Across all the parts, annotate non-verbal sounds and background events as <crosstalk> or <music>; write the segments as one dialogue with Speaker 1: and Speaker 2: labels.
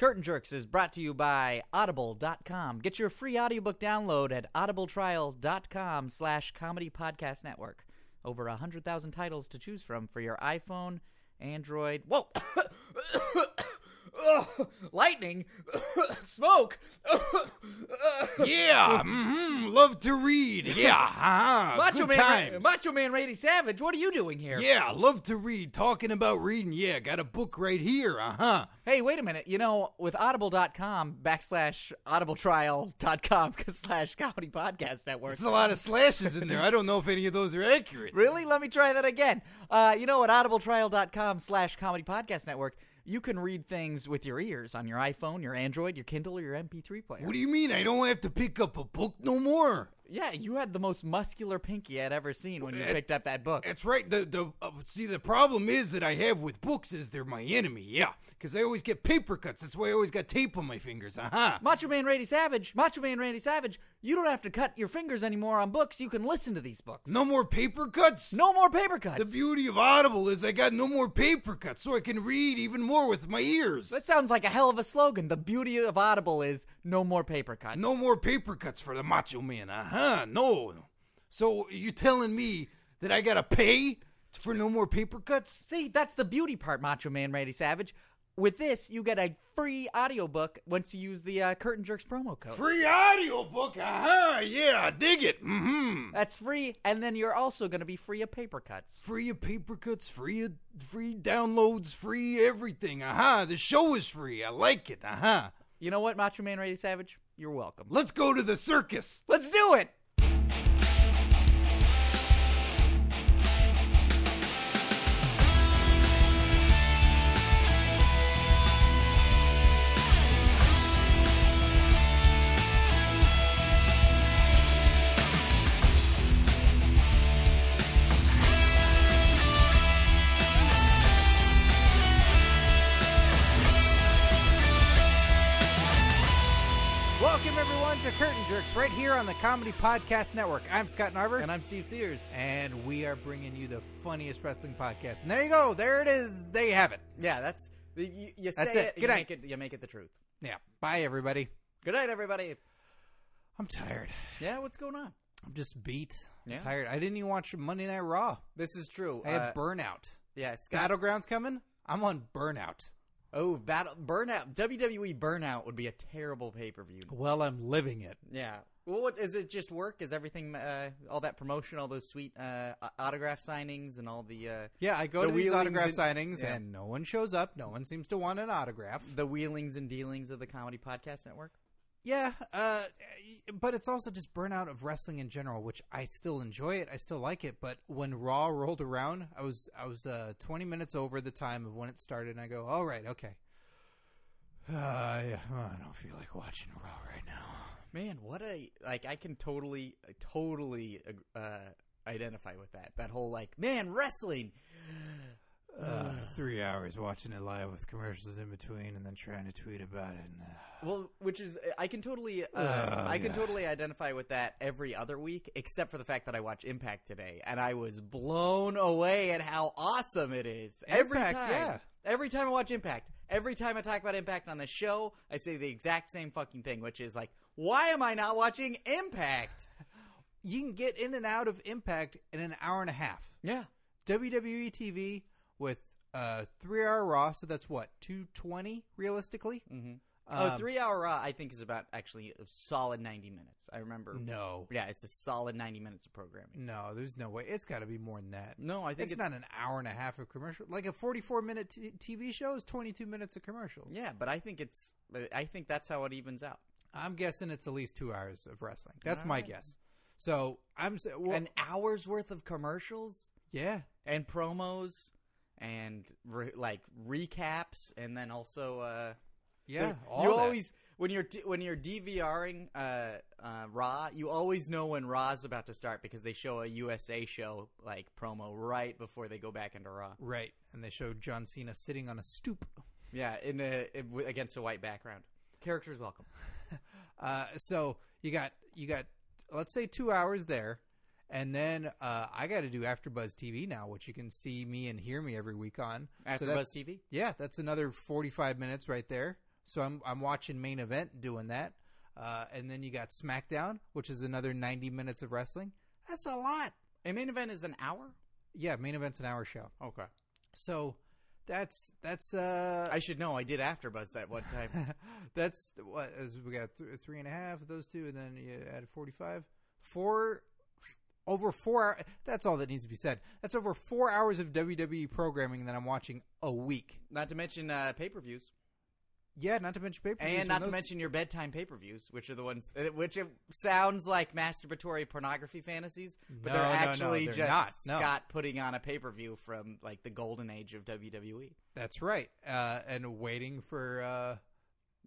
Speaker 1: Curtain Jerks is brought to you by Audible.com. Get your free audiobook download at audibletrial.com slash comedy podcast network. Over 100,000 titles to choose from for your iPhone, Android... Whoa! <coughs> Ugh, lightning! <coughs> Smoke!
Speaker 2: <laughs>
Speaker 1: <coughs>
Speaker 2: Yeah, mhm, love to read. <laughs> Yeah, huh?
Speaker 1: Macho
Speaker 2: good
Speaker 1: Man,
Speaker 2: times.
Speaker 1: Macho Man Randy Savage, what are you doing here?
Speaker 2: yeah, love to read. Talking about reading. Yeah, got a book right here. Uh huh.
Speaker 1: Hey, wait a minute. You know, with audible.com backslash audibletrial.com <laughs> slash comedy podcast network.
Speaker 2: There's a lot of slashes in there. I don't know if any of those are accurate.
Speaker 1: Really? Let me try that again. Uh, you know, at audibletrial.com slash comedy podcast network, you can read things with your ears on your iPhone, your Android, your Kindle, or your MP3 player.
Speaker 2: What do you mean? I don't have to pick up a book no more.
Speaker 1: yeah, you had the most muscular pinky I'd ever seen when you
Speaker 2: It-
Speaker 1: picked up that book.
Speaker 2: That's right. The the uh, see the problem is that I have with books is they're my enemy. Yeah, because I always get paper cuts. That's why I always got tape on my fingers. Uh huh.
Speaker 1: Macho Man Randy Savage, Macho Man Randy Savage, you don't have to cut your fingers anymore on books. You can listen to these books.
Speaker 2: No more paper cuts.
Speaker 1: No more paper cuts.
Speaker 2: The beauty of Audible is I got no more paper cuts, so I can read even more with my ears.
Speaker 1: That sounds like a hell of a slogan. The beauty of Audible is no more paper cuts.
Speaker 2: No more paper cuts for the macho man. Uh huh. No. So you telling me that I gotta pay for no more paper cuts?
Speaker 1: See, that's the beauty part, Macho Man Randy Savage. With this, you get a free audiobook once you use the uh, Curtain Jerks promo code.
Speaker 2: Free audiobook. Uh huh. Yeah, dig it. Mm hmm.
Speaker 1: That's free, and then you're also going to be free of paper cuts.
Speaker 2: Free of paper cuts, free of free downloads, free everything. Uh huh. The show is free. I like it. Uh huh.
Speaker 1: You know what, Macho Man Randy Savage? You're welcome.
Speaker 2: Let's go to the circus.
Speaker 1: Let's do it!
Speaker 3: Welcome everyone to Curtain Jerks, right here on the Comedy Podcast Network. I'm Scott Narver,
Speaker 1: And I'm Steve Sears.
Speaker 3: and we are bringing you the funniest wrestling podcast. And there you go, there it is. There you have it.
Speaker 1: Yeah, that's. the- You, you say
Speaker 3: That's it.
Speaker 1: it, you,
Speaker 3: Good
Speaker 1: make
Speaker 3: night.
Speaker 1: it, you make it the truth.
Speaker 3: Yeah. Bye everybody.
Speaker 1: Good night, everybody.
Speaker 3: I'm tired.
Speaker 1: Yeah, what's going on?
Speaker 3: I'm just beat. I'm
Speaker 1: Yeah.
Speaker 3: tired. I didn't even watch Monday Night Raw.
Speaker 1: This is true.
Speaker 3: I have
Speaker 1: Uh,
Speaker 3: burnout.
Speaker 1: yeah, Scott.
Speaker 3: Battlegrounds coming. I'm on burnout.
Speaker 1: Oh, battle burnout. WWE burnout would be a terrible pay per view.
Speaker 3: Well, I'm living it.
Speaker 1: Yeah. Well, what is it? Just work? Is everything uh, all that promotion, all those sweet uh, au- autograph signings, and all the uh,
Speaker 3: Yeah, I go
Speaker 1: The
Speaker 3: to these
Speaker 1: wheelings
Speaker 3: autograph
Speaker 1: and-
Speaker 3: signings,
Speaker 1: yeah.
Speaker 3: and no one shows up. No one seems to want an autograph.
Speaker 1: the wheelings and dealings of the comedy podcast network?
Speaker 3: Yeah, uh, but it's also just burnout of wrestling in general, which I still enjoy it. I still like it, but when Raw rolled around, I was I was uh, twenty minutes over the time of when it started, and I go, all right, okay. Uh, yeah, I don't feel like watching Raw right now.
Speaker 1: Man, what a like! I can totally, totally uh, identify with that. That whole like, man, wrestling.
Speaker 3: Uh, three hours watching it live with commercials in between, and then trying to tweet about it. And, uh,
Speaker 1: Well, which is I can totally, uh,
Speaker 3: Uh,
Speaker 1: I can
Speaker 3: yeah.
Speaker 1: totally identify with that every other week, except for the fact that I watch Impact today, and I was blown away at how awesome it is. every
Speaker 3: Impact,
Speaker 1: time,
Speaker 3: yeah.
Speaker 1: every time I watch Impact, every time I talk about Impact on the show, I say the exact same fucking thing, which is like, why am I not watching Impact?
Speaker 3: you can get in and out of Impact in an hour and a half.
Speaker 1: Yeah,
Speaker 3: WWE TV with uh, three hour Raw, so that's what two twenty realistically. Mm-hmm.
Speaker 1: oh, three hour Raw, I think is about actually a solid ninety minutes. I remember.
Speaker 3: No,
Speaker 1: Yeah, it's a solid ninety minutes of programming.
Speaker 3: no, there's no way. It's got to be more than that.
Speaker 1: No, I think
Speaker 3: it's, not an hour and a half of commercial. Like a forty-four minute t- TV show is twenty-two minutes of commercials.
Speaker 1: Yeah, but I think it's. I think that's how it evens out.
Speaker 3: I'm guessing it's at least two hours of wrestling. That's
Speaker 1: All
Speaker 3: my
Speaker 1: right.
Speaker 3: guess. So I'm s- well,
Speaker 1: an hour's worth of commercials
Speaker 3: yeah.
Speaker 1: and promos and re- like recaps and then also uh
Speaker 3: Yeah,
Speaker 1: the-
Speaker 3: all
Speaker 1: you
Speaker 3: that.
Speaker 1: always when you're d- when you're DVRing uh, uh, Raw, you always know when Raw's about to start because they show a USA show like promo right before they go back into Raw.
Speaker 3: right, and they showed John Cena sitting on a stoop.
Speaker 1: Yeah, in a, in- w- against a white background. Characters welcome.
Speaker 3: Uh, so you got you got let's say two hours there, and then uh, I got to do AfterBuzz TV now, which you can see me and hear me every week on.
Speaker 1: After
Speaker 3: so that's-
Speaker 1: Buzz TV.
Speaker 3: Yeah, that's another forty-five minutes right there. So I'm I'm watching main event doing that, uh, and then you got SmackDown, which is another 90 minutes of wrestling. That's a lot.
Speaker 4: A main event is an hour.
Speaker 3: Yeah, main event's an hour show.
Speaker 4: Okay.
Speaker 3: So that's that's uh <laughs>
Speaker 1: I should know. I did AfterBuzz that one time.
Speaker 3: that's what is we got th- three and a half of those two, and then you add 45, four over four. hou- That's all that needs to be said. That's over four hours of WWE programming that I'm watching a week.
Speaker 1: not to mention uh, pay per views,
Speaker 3: Yeah, not to mention paper
Speaker 1: and not to mention your bedtime pay per views, which are the ones uh, which it sounds like masturbatory pornography fantasies, but
Speaker 3: No,
Speaker 1: they're
Speaker 3: no, no,
Speaker 1: actually
Speaker 3: they're
Speaker 1: just
Speaker 3: not. No.
Speaker 1: Scott putting on a pay per view from like the golden age of E. WWE.
Speaker 3: That's right. Uh, and waiting for uh,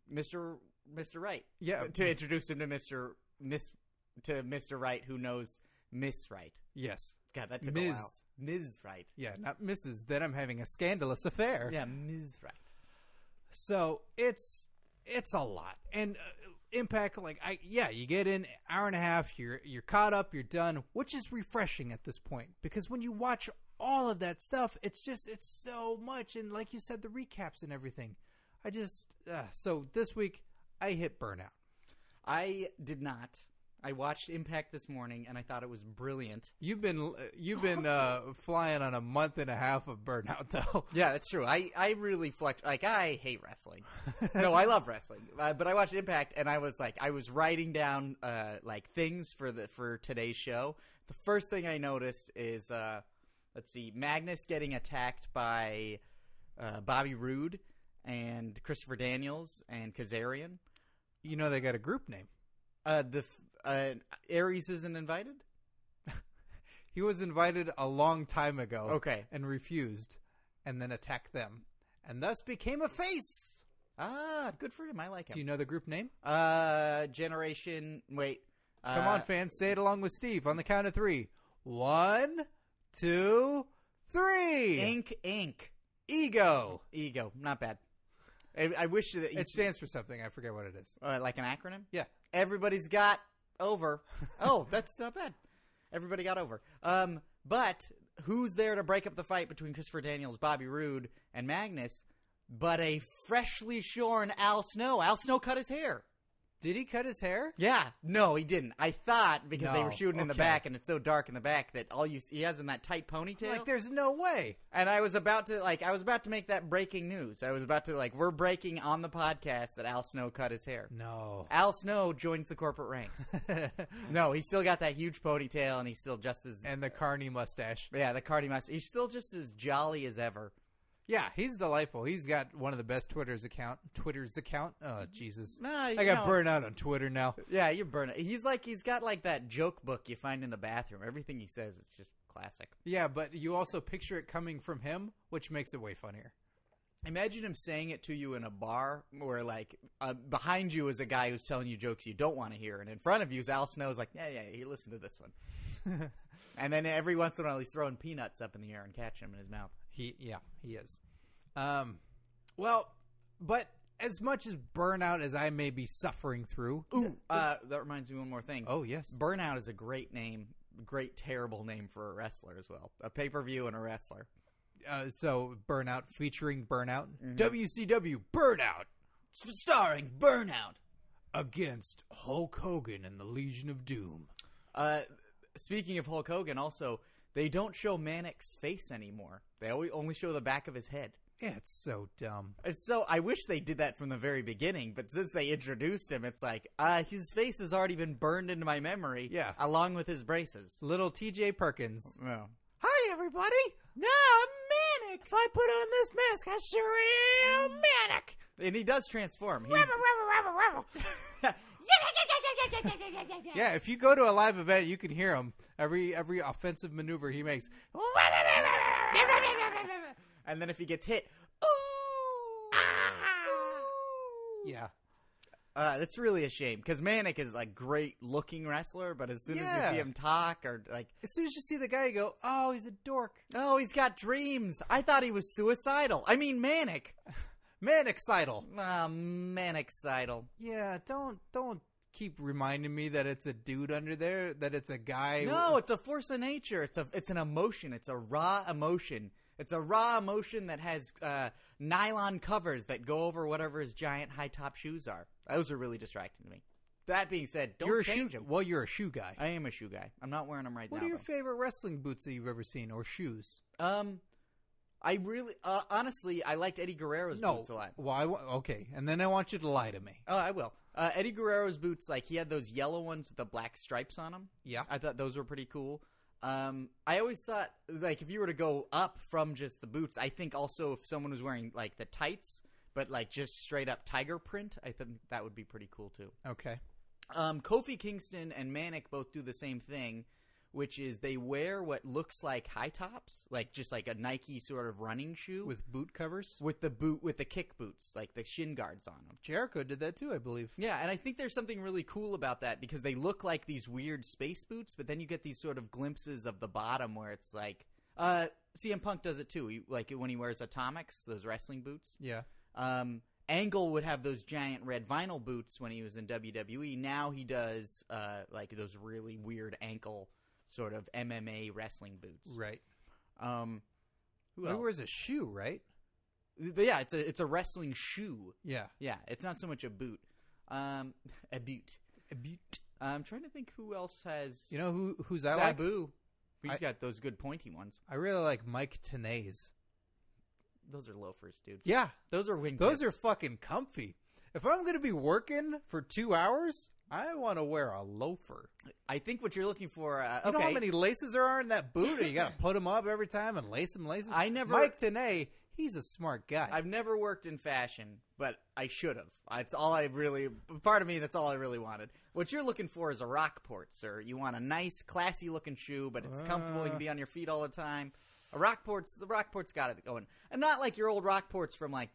Speaker 1: Mister Mister Wright.
Speaker 3: Yeah.
Speaker 1: To introduce him to Mister Miss to Mister Wright, who knows Miss Wright.
Speaker 3: yes,
Speaker 1: God, that took a
Speaker 3: Ms.
Speaker 1: while. Ms. Wright.
Speaker 3: yeah, not Mrs. Then I'm having a scandalous affair.
Speaker 1: Yeah, Ms. Wright.
Speaker 3: So it's it's a lot. And uh, Impact, like I yeah, you get in hour and a half, you're you're caught up, you're done, which is refreshing at this point because when you watch all of that stuff, it's just it's so much, and like you said, the recaps and everything. I just uh, so this week I hit burnout.
Speaker 1: I did not. I watched Impact this morning and I thought it was brilliant.
Speaker 3: You've been you've been uh, flying on a month and a half of burnout though.
Speaker 1: Yeah, that's true. I, I really flex. Like, I hate
Speaker 3: <laughs>
Speaker 1: wrestling. no, I love wrestling. Uh, but I watched Impact and I was like, I was writing down, uh, like things for the, for today's show. The first thing I noticed is, uh, let's see, Magnus getting attacked by, uh, Bobby Roode and Christopher Daniels and Kazarian.
Speaker 3: You know they got a group name.
Speaker 1: Uh, the, f- uh, Aries isn't invited?
Speaker 3: He was invited a long time ago.
Speaker 1: Okay.
Speaker 3: And refused, and then attacked them, and thus became a face.
Speaker 1: Ah, good for him. I like him.
Speaker 3: Do you know the group name?
Speaker 1: Uh, Generation. Wait. Uh,
Speaker 3: Come on, fans, say it along with Steve on the count of three. One, two, three.
Speaker 1: Ink, ink,
Speaker 3: Ego.
Speaker 1: ego. Not bad. I, I wish that
Speaker 3: It stands for something. I forget what it is.
Speaker 1: uh, like an acronym.
Speaker 3: Yeah.
Speaker 1: Everybody's got
Speaker 3: <laughs>
Speaker 1: over. Oh, that's not bad. Everybody got over. Um, but who's there to break up the fight between Christopher Daniels, Bobby Roode, and Magnus? But a freshly shorn Al Snow. Al Snow cut his hair.
Speaker 3: Did he cut his hair?
Speaker 1: Yeah, no, he didn't. I thought because they
Speaker 3: No,
Speaker 1: were shooting in the
Speaker 3: okay.
Speaker 1: back, and it's so dark in the back that all you s- he has in that tight ponytail.
Speaker 3: Like, there's no way.
Speaker 1: And I was about to like I was about to make that breaking news. I was about to like we're breaking on the podcast that Al Snow cut his hair.
Speaker 3: No.
Speaker 1: Al Snow joins the corporate ranks. <laughs> no, he's still got that huge ponytail and he's still just as
Speaker 3: <laughs> and the Carney mustache.
Speaker 1: yeah, the Cardi Master. He's still just as jolly as ever.
Speaker 3: Yeah, he's delightful. He's got one of the best Twitter's account. Twitter's account. Oh Jesus.
Speaker 1: Nah, you
Speaker 3: I got
Speaker 1: know-
Speaker 3: burned out on Twitter now.
Speaker 1: Yeah, you burn it. He's like he's got like that joke book you find in the bathroom. Everything he says it's just classic.
Speaker 3: Yeah, but you also picture it coming from him, which makes it way funnier.
Speaker 1: Imagine him saying it to you in a bar where, like, uh, behind you is a guy who's telling you jokes you don't want to hear, and in front of you is Al Snow's like, yeah, yeah, he listened to this one. <laughs> and then every once in a while he's throwing peanuts up in the air and catching them in his mouth.
Speaker 3: He yeah, he is. Um well, but as much as burnout as I may be suffering through.
Speaker 1: Ooh, uh, that reminds me of one more thing.
Speaker 3: Oh yes.
Speaker 1: Burnout is a great name, great terrible name for a wrestler as well. A pay per view and a wrestler.
Speaker 3: Uh, so burnout featuring burnout.
Speaker 1: Mm-hmm.
Speaker 3: WCW burnout
Speaker 1: S- Starring Burnout.
Speaker 3: against Hulk Hogan and the Legion of Doom.
Speaker 1: Uh, speaking of Hulk Hogan, also they don't show Manic's face anymore. They always only show the back of his head.
Speaker 3: Yeah, it's so dumb.
Speaker 1: It's so I wish they did that from the very beginning, but since they introduced him, it's like uh, his face has already been burned into my memory.
Speaker 3: Yeah.
Speaker 1: along with his braces.
Speaker 3: Little TJ Perkins.
Speaker 1: No. Hi, everybody. No, I'm manic. If I put on this mask, I sure am manic. And he does transform. He,
Speaker 3: Yeah, if you go to a live event, you can hear him every every offensive maneuver he
Speaker 1: <laughs>
Speaker 3: makes.
Speaker 1: and then if he gets hit,
Speaker 3: Yeah,
Speaker 1: uh, that's really a shame because Manic is like great looking wrestler, but as soon as
Speaker 3: Yeah.
Speaker 1: you see him talk or like
Speaker 3: as soon as you see the guy, you go, "Oh, he's a dork."
Speaker 1: Oh, he's got dreams. I thought he was suicidal. I mean, manic.
Speaker 3: Man, excital.
Speaker 1: Ah, manicidal.
Speaker 3: Yeah, don't don't keep reminding me that it's a dude under there, that it's a guy.
Speaker 1: No, it's a force of nature. It's a it's an emotion. It's a raw emotion It's a raw emotion that has uh, nylon covers that go over whatever his giant high top shoes are. Those are really distracting to me. That being said, don't
Speaker 3: you're a shoe.
Speaker 1: change them.
Speaker 3: Well, you're a shoe guy.
Speaker 1: I am a shoe guy. I'm not wearing them right
Speaker 3: what
Speaker 1: now.
Speaker 3: are your
Speaker 1: though.
Speaker 3: favorite wrestling boots that you've ever seen or shoes?
Speaker 1: um, I really, uh, honestly, I liked Eddie Guerrero's
Speaker 3: No.
Speaker 1: boots a lot.
Speaker 3: Why? wa- okay, and then I want you to lie to me.
Speaker 1: Oh, I will. Uh, Eddie Guerrero's boots, like he had those yellow ones with the black stripes on them.
Speaker 3: Yeah.
Speaker 1: I thought those were pretty cool. Um, I always thought like if you were to go up from just the boots, I think also if someone was wearing like the tights, but like just straight up tiger print, I think that would be pretty cool too.
Speaker 3: Okay.
Speaker 1: Um, Kofi Kingston and Manic both do the same thing, which is they wear what looks like high tops, like just like a Nike sort of running shoe
Speaker 3: With boot covers.
Speaker 1: with the boot with the kick boots, like the shin guards on them.
Speaker 3: Jericho did that too, I believe.
Speaker 1: Yeah, and I think there's something really cool about that because they look like these weird space boots, but then you get these sort of glimpses of the bottom where it's like, uh, CM Punk does it too. He, like when he wears Atomics, those wrestling boots.
Speaker 3: Yeah.
Speaker 1: Um, Angle would have those giant red vinyl boots when he was in WWE. Now he does uh, like those really weird ankle sort of MMA wrestling boots.
Speaker 3: Right.
Speaker 1: Um, who
Speaker 3: he
Speaker 1: else?
Speaker 3: wears a shoe, right?
Speaker 1: yeah, it's a it's a wrestling shoe.
Speaker 3: Yeah.
Speaker 1: Yeah, it's not so much a boot. Um, <laughs> a boot. I'm trying to think who else has
Speaker 3: You know who who's I like?
Speaker 1: Sabu. He's
Speaker 3: I-
Speaker 1: got those good pointy ones.
Speaker 3: I really like Mike Tenay's.
Speaker 1: Those are loafers, dude.
Speaker 3: Yeah,
Speaker 1: Those are wing.
Speaker 3: those are fucking comfy. If I'm gonna be working for two hours, I want to wear a loafer.
Speaker 1: I think what you're looking for. Uh,
Speaker 3: You
Speaker 1: okay.
Speaker 3: know how many laces there are in that boot? and You <laughs> gotta put them up every time and lace them, lace them.
Speaker 1: I never-
Speaker 3: Mike Tenay, he's a smart guy.
Speaker 1: I've never worked in fashion, but I should have. It's all I really. Part of me, that's all I really wanted. What you're looking for is a Rockport, sir. You want a nice, classy looking shoe, but it's comfortable. You
Speaker 3: Uh.
Speaker 1: can be on your feet all the time. A Rockport's the Rockport's got it going, and not like your old Rockports from like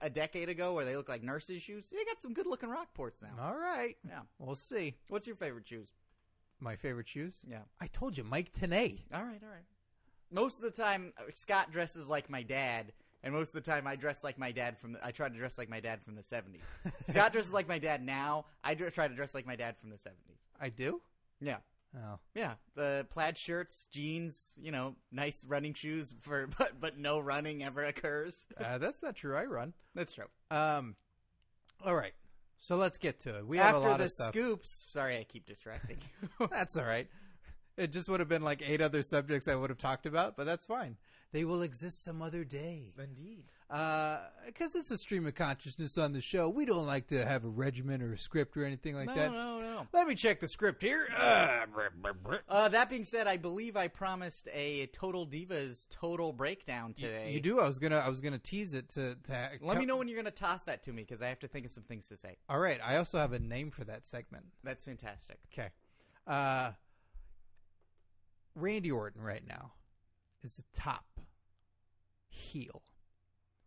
Speaker 1: a decade ago, where they look like nurses' shoes. They got some good looking Rockports now.
Speaker 3: All right,
Speaker 1: Yeah.
Speaker 3: we'll see.
Speaker 1: What's your favorite shoes?
Speaker 3: My favorite shoes.
Speaker 1: Yeah.
Speaker 3: I told you, Mike Tenay.
Speaker 1: All right, all right. Most of the time, uh, Scott dresses like my dad, and most of the time, I dress like my dad from. The, I try to dress like my dad from the seventies.
Speaker 3: <laughs>
Speaker 1: Scott dresses like my dad now. I dr- try to dress like my dad from the seventies.
Speaker 3: I do.
Speaker 1: Yeah,
Speaker 3: Oh,
Speaker 1: yeah. The plaid shirts, jeans, you know, nice running shoes for, <laughs> but but no running ever occurs.
Speaker 3: uh, that's not true. I run.
Speaker 1: That's true.
Speaker 3: Um, all right. So let's get to it. We have
Speaker 1: After
Speaker 3: a lot
Speaker 1: the
Speaker 3: of stuff.
Speaker 1: scoops, sorry, I keep distracting.
Speaker 3: <laughs> That's all right. It just would have been like eight other subjects I would have talked about, but that's fine. They will exist some other day.
Speaker 1: Indeed.
Speaker 3: Because it's a stream of consciousness on the show. We don't like to have a regiment or a script or anything like
Speaker 1: No,
Speaker 3: that.
Speaker 1: no, no.
Speaker 3: Let me check the
Speaker 1: <laughs>
Speaker 3: script here. Uh,
Speaker 1: Uh, that being said, I believe I promised a Total Divas total breakdown today.
Speaker 3: you do. I was gonna. I was gonna tease it to. to
Speaker 1: Let me know when you're going to toss that to me because I have to think of some things to say.
Speaker 3: All right. I also have a name for that segment.
Speaker 1: That's fantastic.
Speaker 3: Okay. Uh, Randy Orton right now is the top heel.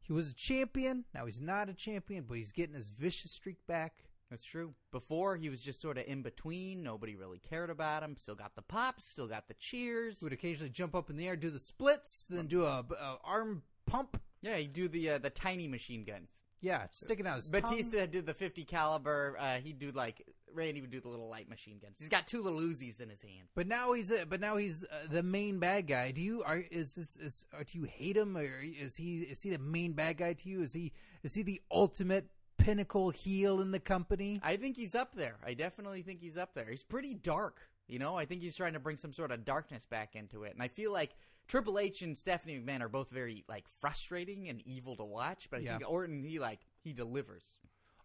Speaker 3: He was a champion. Now he's not a champion, but he's getting his vicious streak back.
Speaker 1: That's true. Before, he was just sort of in between. Nobody really cared about him. Still got the pops, still got the cheers.
Speaker 3: He would occasionally jump up in the air, do the splits, then do a, a arm pump.
Speaker 1: Yeah, you do the uh, the tiny machine guns.
Speaker 3: Yeah, sticking out his
Speaker 1: Batista did the 50 caliber. Uh, he'd do like, Randy would do the little light machine guns. He's got two little Uzis in his hands.
Speaker 3: But now he's a, but now he's uh, the main bad guy. Do you are is this is or do you hate him or is he is he the main bad guy to you? Is he is he the ultimate pinnacle heel in the company?
Speaker 1: I think he's up there. I definitely think he's up there. He's pretty dark, you know. I think he's trying to bring some sort of darkness back into it. And I feel like Triple H and Stephanie McMahon are both very like frustrating and evil to watch, but I
Speaker 3: Yeah.
Speaker 1: think Orton he like he delivers.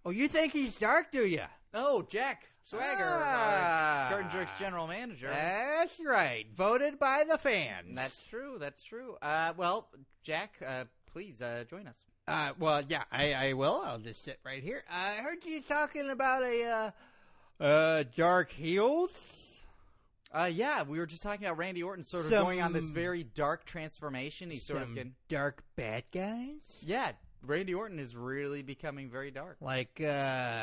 Speaker 3: Oh, you think he's dark, do you?
Speaker 1: Oh, Jack Swagger,
Speaker 3: Ah.
Speaker 1: our Garden Jerks general manager.
Speaker 3: That's right. Voted by the fans.
Speaker 1: That's true. That's true. Uh, well, Jack, uh, please uh, join us.
Speaker 3: uh, well, yeah, I, I will. I'll just sit right here. I heard you talking about a uh, uh, dark heels.
Speaker 1: Uh, yeah, we were just talking about Randy Orton sort of
Speaker 3: Some-
Speaker 1: going on this very dark transformation. He's sort of
Speaker 3: Some
Speaker 1: getting,
Speaker 3: dark bad guys.
Speaker 1: yeah. Randy Orton is really becoming very dark.
Speaker 3: Like uh,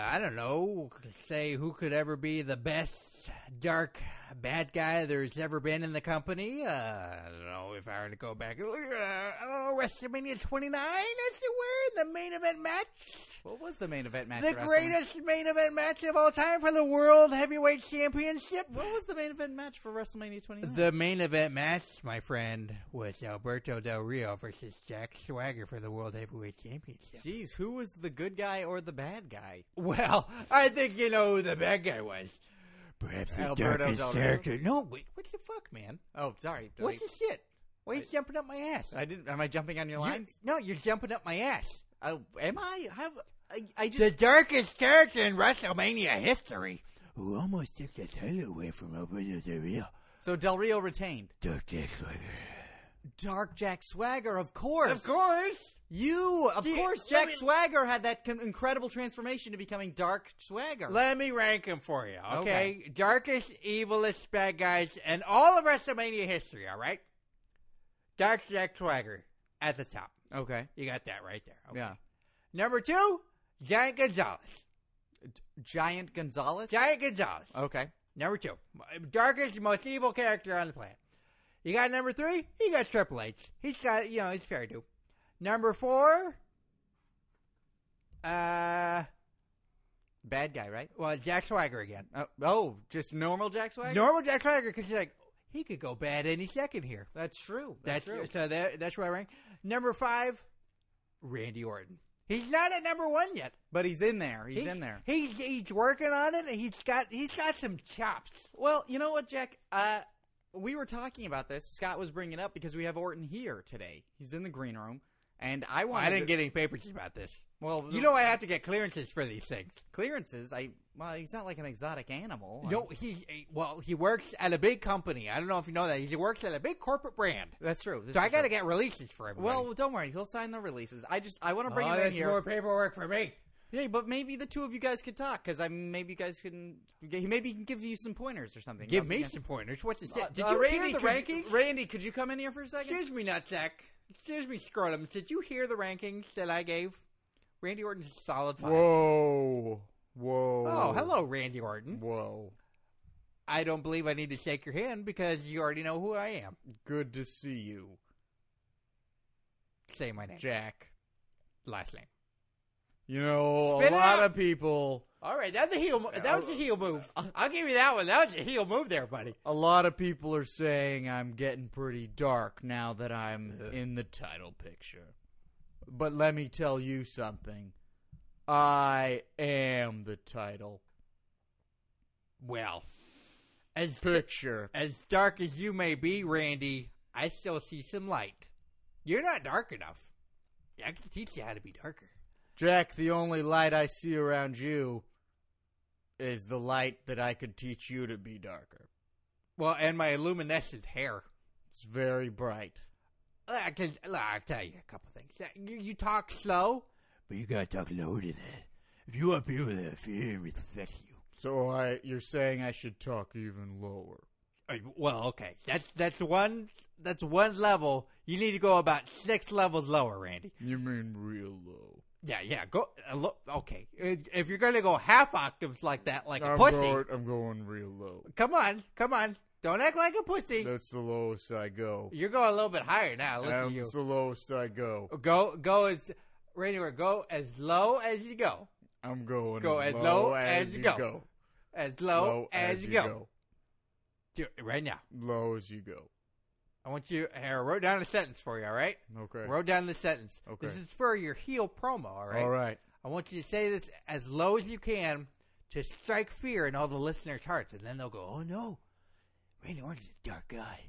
Speaker 3: I don't know. Say who could ever be the best most dark bad guy there's ever been in the company. Uh, I don't know if I were to go back and look at uh, I don't know, WrestleMania 29, as it were, the main event match.
Speaker 4: What was the main event match?
Speaker 3: The
Speaker 4: at wrestling?
Speaker 3: greatest main event match of all time for the World Heavyweight Championship.
Speaker 4: What was the main event match for WrestleMania 29?
Speaker 3: The main event match, my friend, was Alberto Del Rio versus Jack Swagger for the World Heavyweight Championship.
Speaker 1: Jeez, who was the good guy or the bad guy?
Speaker 3: Well, I think you know who the bad guy was. Perhaps the
Speaker 1: Alberto
Speaker 3: darkest
Speaker 1: Del Rio?
Speaker 3: character. No, wait, what the fuck, man?
Speaker 1: Oh, sorry. Did
Speaker 3: What's
Speaker 1: I,
Speaker 3: the shit? Why are you jumping up my ass?
Speaker 1: I didn't. Am I jumping on your
Speaker 3: You're-
Speaker 1: lines?
Speaker 3: no, you're jumping up my ass.
Speaker 1: Oh, am I? Have I, I just
Speaker 3: The darkest character in WrestleMania history, who almost took the title away from Alberto Del Rio,
Speaker 4: so Del Rio retained.
Speaker 3: Dark Jack Swagger.
Speaker 1: Dark Jack Swagger, of course.
Speaker 3: Of course.
Speaker 1: You, of
Speaker 3: Gee,
Speaker 1: course,
Speaker 3: let
Speaker 1: Jack
Speaker 3: me-
Speaker 1: Swagger had that con- incredible transformation to becoming Dark Swagger.
Speaker 3: Let me rank them for you, okay?
Speaker 1: Okay.
Speaker 3: Darkest, evilest bad guys in all of WrestleMania history, all right? Dark Jack Swagger at the top.
Speaker 4: Okay.
Speaker 3: You got that right there. Okay.
Speaker 4: Yeah.
Speaker 3: Number two, Giant Gonzalez.
Speaker 4: Giant Gonzalez.
Speaker 3: Giant Gonzalez.
Speaker 1: Oh.
Speaker 4: okay.
Speaker 3: Number two, darkest, most evil character on the planet. You got number three. You got Triple H. He's got you know he's fair due. Number four. Uh,
Speaker 4: Bad guy, right?
Speaker 3: well, Jack Swagger again.
Speaker 4: Uh, oh, just normal Jack Swagger.
Speaker 3: Normal Jack Swagger because he's like he could go bad any second here.
Speaker 4: That's true.
Speaker 3: That's,
Speaker 4: That's, true.
Speaker 3: so that, that's where I rank. Number five, Randy Orton. He's not at number one yet.
Speaker 4: But he's in there. He's,
Speaker 3: He-
Speaker 4: in there.
Speaker 3: He's he's working on it. and He's got he's got some chops.
Speaker 4: Well, you know what, Jack? Uh, we were talking about this. Scott was bringing it up because we have Orton here today. He's in the green room, and I wanted.
Speaker 3: I didn't
Speaker 4: to-
Speaker 3: get any papers about this.
Speaker 4: Well,
Speaker 3: You know I have to get clearances for these things.
Speaker 4: clearances. I well, he's not like an exotic animal.
Speaker 3: No, he well he works at a big company. I don't know if you know that. He works at a big corporate brand.
Speaker 4: that's true. This
Speaker 3: So
Speaker 4: is
Speaker 3: I got to
Speaker 4: true.
Speaker 3: get releases for everybody.
Speaker 4: Well, don't worry. He'll sign the releases. I just I want to bring
Speaker 3: oh,
Speaker 4: him in
Speaker 3: that's
Speaker 4: here.
Speaker 3: more paperwork for me.
Speaker 4: Yeah, but maybe the two of you guys could talk because I maybe you guys can maybe he can give you some pointers or something.
Speaker 3: Give
Speaker 4: Uh,
Speaker 3: me
Speaker 4: yeah.
Speaker 3: some pointers. What's the
Speaker 4: Uh,
Speaker 3: shit? Did
Speaker 4: uh,
Speaker 3: you
Speaker 4: Randy,
Speaker 3: hear the
Speaker 4: could-
Speaker 3: rankings?
Speaker 4: Randy, could you come in here for a second?
Speaker 3: Excuse me, nutsack. Excuse me, scrotum. Did you hear the rankings that I gave? Randy Orton's a solid five.
Speaker 4: Whoa, whoa.
Speaker 3: Oh, hello, Randy Orton.
Speaker 4: Whoa.
Speaker 3: I don't believe I need to shake your hand because you already know who I am.
Speaker 4: Good to see you,
Speaker 3: Say my name,
Speaker 4: Jack.
Speaker 3: last name.
Speaker 4: You know,
Speaker 3: a Spit it lot out.
Speaker 4: of people,
Speaker 3: All right, that's a heel. Mo- that was a heel move. I'll give you that one. That was a heel move there, buddy.
Speaker 4: a lot of people are saying I'm getting pretty dark now that I'm in the title picture. But let me tell you something. I am the title
Speaker 3: Well, as
Speaker 4: picture.
Speaker 3: as dark as you may be, Randy, I still see some light. You're not dark enough. I can teach you how to be darker.
Speaker 4: Jack, the only light I see around you is the light that I could teach you to be darker.
Speaker 3: Well, and my luminescent hair.
Speaker 4: It's very bright.
Speaker 3: I can, I'll tell you a couple things. You, you talk slow, but you gotta talk low to that. If you want people that fear and respect you.
Speaker 4: So I you're saying I should talk even lower.
Speaker 3: Uh, Well, okay, that's that's one that's one level. You need to go about six levels lower, Randy.
Speaker 4: You mean real low.
Speaker 3: Yeah, yeah. Go uh, lo- okay. If if you're gonna go half octaves like that, like a pussy,
Speaker 4: I'm going real low.
Speaker 3: Come on, come on. Don't act like a pussy.
Speaker 4: That's the lowest I go.
Speaker 3: You're going a little bit higher now. Listen to you.
Speaker 4: That's the lowest I go.
Speaker 3: Go go as Randy Orton, go as low as you go.
Speaker 4: I'm going
Speaker 3: Go as low as you go. As low,
Speaker 4: Low
Speaker 3: as, you go. Do it right now.
Speaker 4: Low as you go.
Speaker 3: I want you I wrote down a sentence for you, all right?
Speaker 4: Okay.
Speaker 3: Wrote down the sentence.
Speaker 4: Okay.
Speaker 3: This is for your heel promo, all right?
Speaker 4: All right.
Speaker 3: I want you to say this as low as you can to strike fear in all the listeners' hearts, and then they'll go, "Oh no, Randy Orton's a dark guy."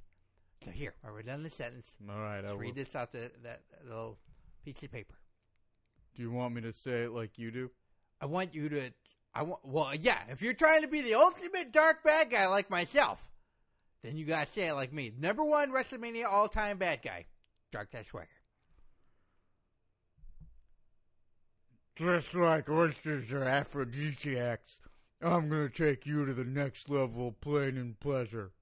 Speaker 3: So here, I wrote down the sentence.
Speaker 4: All right. I
Speaker 3: Just
Speaker 4: will.
Speaker 3: read this out the, that little piece of paper.
Speaker 4: Do you want me to say it like you do?
Speaker 3: I want you to. I want. Well, yeah. If you're trying to be the ultimate dark bad guy like myself, then you gotta say it like me. Number one WrestleMania all time bad guy, Dark Dash Swagger.
Speaker 4: Just like oysters are aphrodisiacs, I'm gonna take you to the next level of pain and pleasure.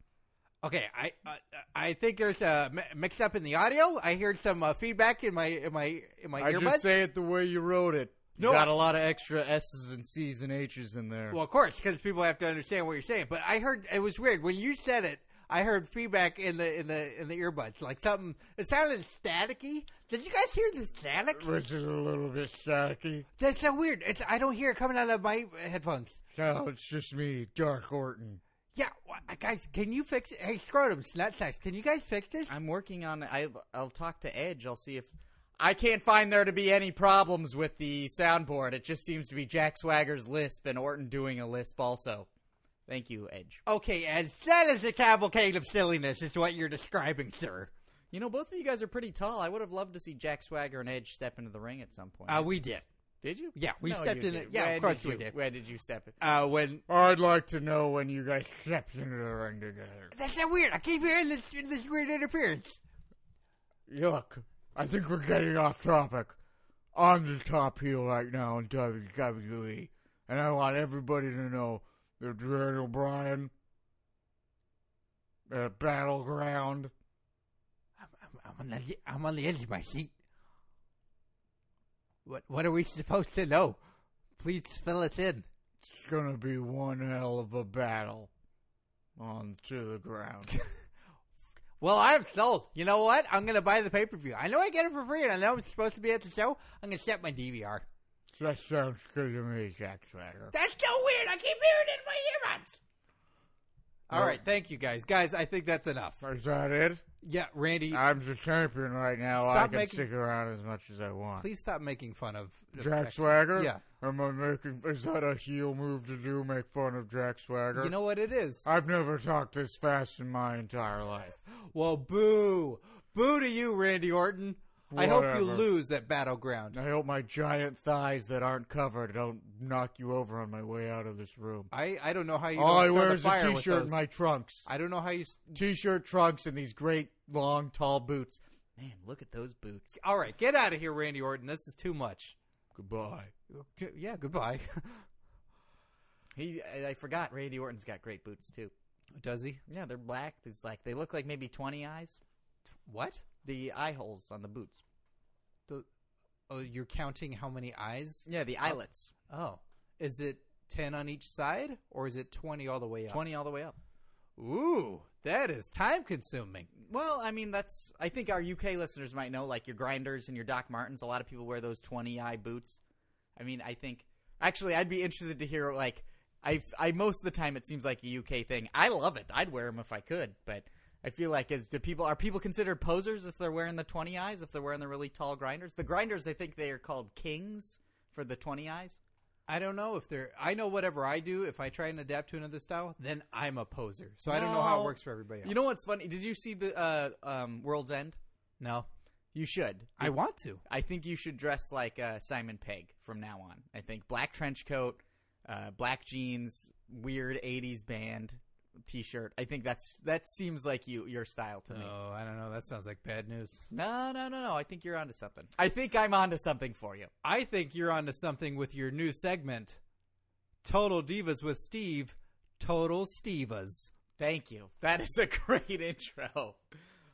Speaker 3: Okay, I uh, I think there's a mi- mix up in the audio. I heard some uh, feedback in my in my in my
Speaker 4: I
Speaker 3: earbuds.
Speaker 4: just say it the way you wrote it.
Speaker 2: No,
Speaker 1: got a lot of extra S's and C's and H's in there.
Speaker 5: Well, of course, because people have to understand what you're saying. But I heard it was weird when you said it. I heard feedback in the in the in the earbuds, like something. It sounded staticky. Did you guys hear the static?
Speaker 1: which is a little bit sacky.
Speaker 5: That's so weird. It's I don't hear it coming out of my headphones.
Speaker 1: No, it's just me, Dark Orton.
Speaker 5: Yeah, wh- guys, can you fix it? Hey, scrotums, nut sacks, can you guys fix this?
Speaker 1: I'm working on. I I'll talk to Edge. I'll see if I can't find there to be any problems with the soundboard. It just seems to be Jack Swagger's lisp and Orton doing a lisp also. Thank you, Edge.
Speaker 5: Okay, as that is a cavalcade of silliness, is what you're describing, sir.
Speaker 1: You know, both of you guys are pretty tall. I would have loved to see Jack Swagger and Edge step into the ring at some point.
Speaker 5: Uh, we did.
Speaker 1: did you?
Speaker 5: yeah, we
Speaker 1: No,
Speaker 5: stepped
Speaker 1: you
Speaker 5: in
Speaker 1: did.
Speaker 5: it- yeah, of
Speaker 1: When
Speaker 5: course we
Speaker 1: you-
Speaker 5: did.
Speaker 1: Where did you step in?
Speaker 5: Uh, when
Speaker 1: I'd like to know when you guys stepped into the ring together.
Speaker 5: that's so weird. I keep hearing this this weird interference.
Speaker 1: Look, I think we're getting off topic. I'm the top heel right now in WWE, and I want everybody to know that Daniel Bryan at Battleground.
Speaker 5: I'm, I'm on the I'm on the edge of my seat. What what are we supposed to know? Please fill us in.
Speaker 1: It's gonna be one hell of a battle on to
Speaker 5: <laughs>
Speaker 1: the ground.
Speaker 5: Well, I'm sold. You know what? I'm gonna buy the pay per view. I know I get it for free, and I know I'm supposed to be at the show. I'm gonna set my DVR.
Speaker 1: that sounds good to me, Jack Swagger.
Speaker 5: That's so weird. I keep hearing it in my earbuds. All
Speaker 1: Well-
Speaker 5: right, thank you guys. Guys, I think that's enough.
Speaker 1: Is that it?
Speaker 5: Yeah, Randy,
Speaker 1: I'm the champion right now. I
Speaker 3: Stop
Speaker 1: can
Speaker 3: making-
Speaker 1: stick around as much as I want.
Speaker 3: Please stop making fun of
Speaker 1: Jack Swagger?
Speaker 3: Yeah.
Speaker 1: Am I making? Is that a heel move to do? Make fun of Jack Swagger?
Speaker 3: You know what it is?
Speaker 1: I've never talked this fast in my entire life.
Speaker 3: well, boo, boo to you, Randy Orton. I hope you
Speaker 1: Whatever.
Speaker 3: lose at Battleground.
Speaker 1: I hope my giant thighs that aren't covered don't knock you over on my way out of this room.
Speaker 3: I, I don't know how you.
Speaker 1: All I
Speaker 3: don't start
Speaker 1: wear is Oh, a
Speaker 3: fire with
Speaker 1: t-shirt and
Speaker 3: those.
Speaker 1: my trunks.
Speaker 3: I don't know how you. s-
Speaker 1: T-shirt, trunks, and these great long, tall boots.
Speaker 4: Man, look at those boots.
Speaker 3: All right, get out of here, Randy Orton. This is too much.
Speaker 1: Goodbye.
Speaker 3: Okay, Yeah,
Speaker 1: <laughs>
Speaker 3: goodbye.
Speaker 1: He, I- I forgot. Randy Orton's got great boots too.
Speaker 3: Does he?
Speaker 1: Yeah, they're black. It's like they look like maybe twenty eyes.
Speaker 3: What?
Speaker 1: The eye holes on the boots.
Speaker 3: Oh, you're counting how many eyes?
Speaker 1: Yeah, the eyelets.
Speaker 3: Oh, is it ten on each side, or is it twenty all the way up?
Speaker 1: Twenty all the way up.
Speaker 3: Ooh, that is time consuming.
Speaker 1: Well, I mean, that's. I think our UK listeners might know, like your grinders and your Doc Martens. A lot of people wear those twenty eye boots. I mean, I think actually, I'd be interested to hear like I. I most of the time it seems like a UK thing. I love it. I'd wear them if I could, but I feel like as do people are people considered posers if they're wearing the twenty eyes if they're wearing the really tall grinders. The grinders, I think they are called kings for the twenty eyes.
Speaker 3: I don't know if they're. I know whatever I do, if I try and adapt to another style, then I'm a poser. So I don't know how
Speaker 1: No.
Speaker 3: it works for everybody else.
Speaker 1: You know what's funny? Did you see the uh, um, World's End?
Speaker 3: no,
Speaker 1: You should.
Speaker 3: I want to.
Speaker 1: I think you should dress like uh, Simon Pegg from now on. I think black trench coat, uh, black jeans, weird '80s band T-shirt. I think that's that seems like you your style to me.
Speaker 3: No, I don't know. That sounds like bad news.
Speaker 1: No, no, no, no. I think you're onto something. I think I'm onto something for you.
Speaker 3: I think you're onto something with your new segment, Total Divas with Steve. Total Stevas.
Speaker 1: Thank you. That is a <laughs> great intro.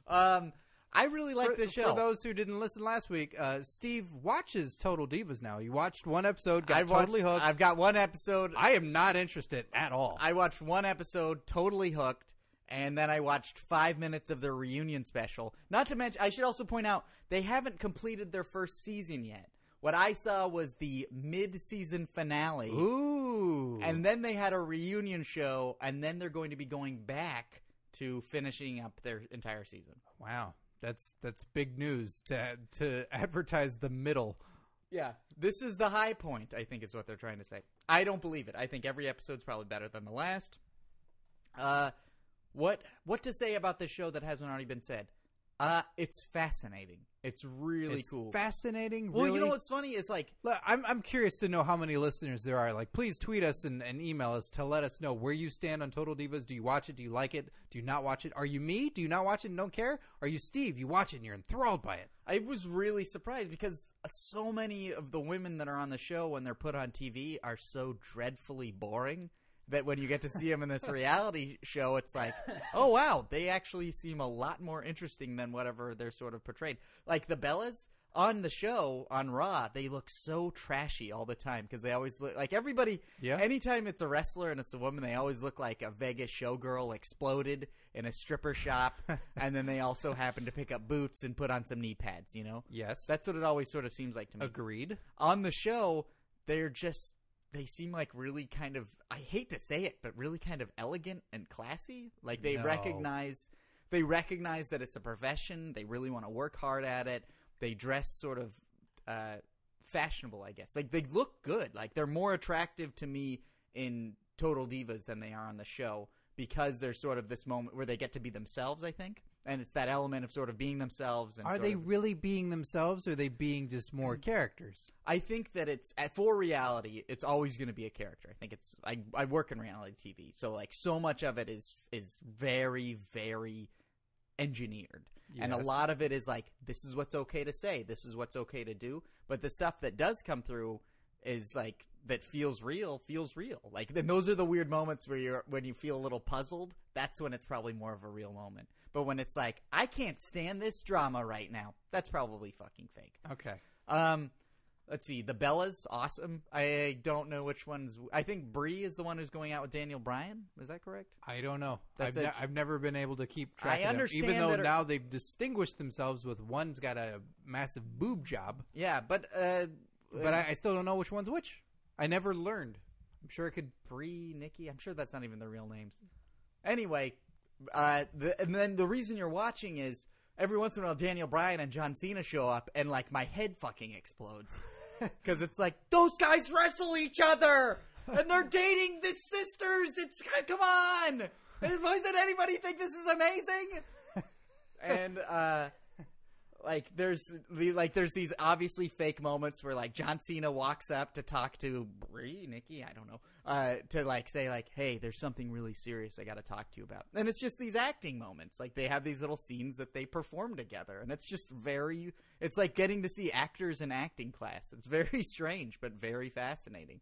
Speaker 1: Um, I really like
Speaker 3: For-
Speaker 1: this show.
Speaker 3: For those who didn't listen last week, uh, Steve watches Total Divas now. You watched one episode, got
Speaker 1: I've watched-
Speaker 3: totally hooked.
Speaker 1: I've got one episode.
Speaker 3: I am not interested at all.
Speaker 1: I watched one episode, totally hooked, and then I watched five minutes of their reunion special. Not to mention, I should also point out they haven't completed their first season yet. What I saw was the mid-season finale,
Speaker 3: Ooh.
Speaker 1: and then they had a reunion show, and then they're going to be going back to finishing up their entire season.
Speaker 3: Wow, that's that's big news to to advertise the middle.
Speaker 1: Yeah, this is the high point. I think is what they're trying to say. I don't believe it. I think every episode's probably better than the last. Uh, what what to say about this show that hasn't already been said? Uh, it's fascinating. It's really
Speaker 3: It's
Speaker 1: cool.
Speaker 3: fascinating.
Speaker 1: well, you know
Speaker 3: really.
Speaker 1: what's funny is like
Speaker 3: Look, I'm I'm curious to know how many listeners there are. Like, please tweet us and, and email us to let us know where you stand on Total Divas. Do you watch it? Do you like it? Do you not watch it? Are you me? Do you not watch it and don't care? Are you Steve? You watch it and you're enthralled by it.
Speaker 1: I was really surprised because uh, so many of the women that are on the show when they're put on TV are so dreadfully boring that when you get to see them in this reality show, it's like, oh wow, they actually seem a lot more interesting than whatever they're sort of portrayed. Like the Bellas, on the show on Raw, they look so trashy all the time because they always look like everybody.
Speaker 3: Yeah.
Speaker 1: Anytime it's a wrestler and it's a woman, they always look like a Vegas showgirl exploded in a stripper shop, and then they also happen to pick up boots and put on some knee pads. You know,
Speaker 3: Yes.
Speaker 1: that's what it always sort of seems like to me.
Speaker 3: agreed.
Speaker 1: on the show, they're just they seem like really kind of I hate to say it, but really kind of elegant and classy. Like they
Speaker 3: No.
Speaker 1: recognize they recognize that it's a profession. They really want to work hard at it. They dress sort of uh, fashionable, I guess. Like they look good. Like they're more attractive to me in Total Divas than they are on the show because they're sort of this moment where they get to be themselves. I think, and it's that element of sort of being themselves. And
Speaker 3: Are
Speaker 1: sort
Speaker 3: they
Speaker 1: of-
Speaker 3: really being themselves or are they being just
Speaker 1: Mm.
Speaker 3: more characters?
Speaker 1: I think that it's at- for reality. It's always going to be a character. I think it's. I I work in reality TV, so like so much of it is is very very engineered, and a
Speaker 3: Yes.
Speaker 1: lot of it is like this is what's okay to say, this is what's okay to do. But the stuff that does come through is like that feels real, feels real. Like then those are the weird moments where you're when you feel a little puzzled. That's when it's probably more of a real moment. But when it's like I can't stand this drama right now, that's probably fucking fake.
Speaker 3: Okay.
Speaker 1: Um, let's see. The Bellas, awesome. I don't know which ones. I think Bree is the one who's going out with Daniel Bryan. Is that correct?
Speaker 3: I don't know.
Speaker 1: That's
Speaker 3: I've, ne-
Speaker 1: it.
Speaker 3: I've never been able to keep track.
Speaker 1: I
Speaker 3: of them,
Speaker 1: understand
Speaker 3: even though
Speaker 1: that-
Speaker 3: now they've distinguished themselves with one's got a massive boob job,
Speaker 1: Yeah, but uh,
Speaker 3: but I, I still don't know which one's which. I never learned. I'm sure I could.
Speaker 1: Bree, Nikki. I'm sure that's not even their real names. Anyway, uh, the, and then the reason you're watching is every once in a while Daniel Bryan and John Cena show up, and like my head fucking explodes because it's like those guys wrestle each other and they're dating the sisters. It's come on, doesn't anybody think this is amazing? and uh like there's the like there's these obviously fake moments where like John Cena walks up to talk to Brie, Nikki, I don't know, uh, to like say like, hey, there's something really serious I got to talk to you about, and it's just these acting moments. Like they have these little scenes that they perform together, and it's just very, it's like getting to see actors in acting class. It's very <laughs> strange but very fascinating.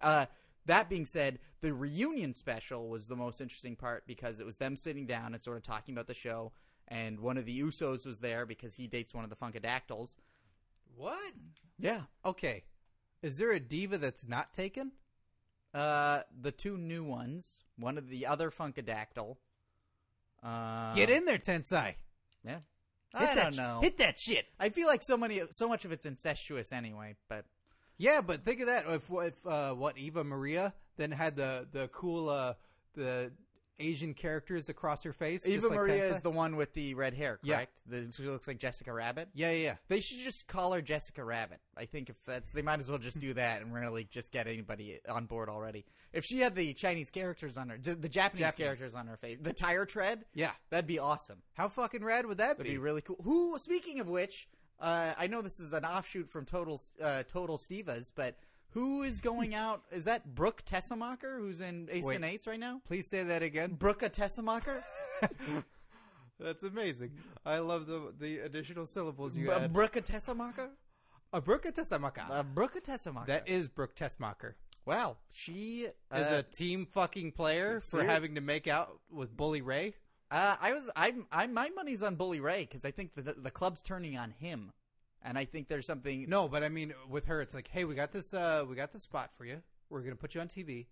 Speaker 1: Uh, that being said, the reunion special was the most interesting part because it was them sitting down and sort of talking about the show. And one of the Usos was there because he dates one of the Funkadactyls.
Speaker 3: What?
Speaker 1: Yeah.
Speaker 3: Okay. Is there a diva that's not taken?
Speaker 1: Uh, the two new ones, one of the other Funkadactyl. Uh,
Speaker 3: Get in there, Tensai.
Speaker 1: Yeah.
Speaker 3: Hit
Speaker 1: I
Speaker 3: that
Speaker 1: don't
Speaker 3: sh-
Speaker 1: know.
Speaker 3: Hit that shit.
Speaker 1: I feel like so many, so much of it's incestuous anyway. But
Speaker 3: Yeah, but think of that. If, if uh, what Eva Maria then had the the cool uh, the Asian characters across her face. just
Speaker 1: Eva
Speaker 3: like
Speaker 1: Maria
Speaker 3: Tensai.
Speaker 1: is the one with the red hair,
Speaker 3: Yeah.
Speaker 1: correct? The, she looks like Jessica Rabbit.
Speaker 3: Yeah, yeah, yeah.
Speaker 1: They should just call her Jessica Rabbit. I think if that's they might as well just do that and really just get anybody on board already. If she had the Chinese characters on her, the Japanese,
Speaker 3: Japanese.
Speaker 1: characters on her face, the tire tread,
Speaker 3: Yeah.
Speaker 1: that'd be awesome.
Speaker 3: How fucking rad would that
Speaker 1: That'd
Speaker 3: be?
Speaker 1: be really cool. Who? Speaking of which, uh, I know this is an offshoot from Total uh, Total Stevas, but who is going out? Is that Brooke Tessemacher who's in Ace
Speaker 3: Wait.
Speaker 1: and Eights right now?
Speaker 3: Please say that again.
Speaker 1: Brooke
Speaker 3: <laughs>
Speaker 1: Tessemacher,
Speaker 3: That's amazing. I love the the additional syllables you
Speaker 1: B-
Speaker 3: add.
Speaker 1: Brooke Tessemacher,
Speaker 3: Uh, Brooke Tessmacher.
Speaker 1: uh, Brooke Tessemacher.
Speaker 3: that is Brooke Tessmacher.
Speaker 1: wow, she uh,
Speaker 3: Is a team fucking player for
Speaker 1: seri-
Speaker 3: having to make out with Bully Ray.
Speaker 1: Uh, I was I'm I my money's on Bully Ray because I think the, the club's turning on him, and I think there's something.
Speaker 3: No, but I mean, with her, it's like, hey, we got this, uh, we got this spot for you. We're gonna put you on TV.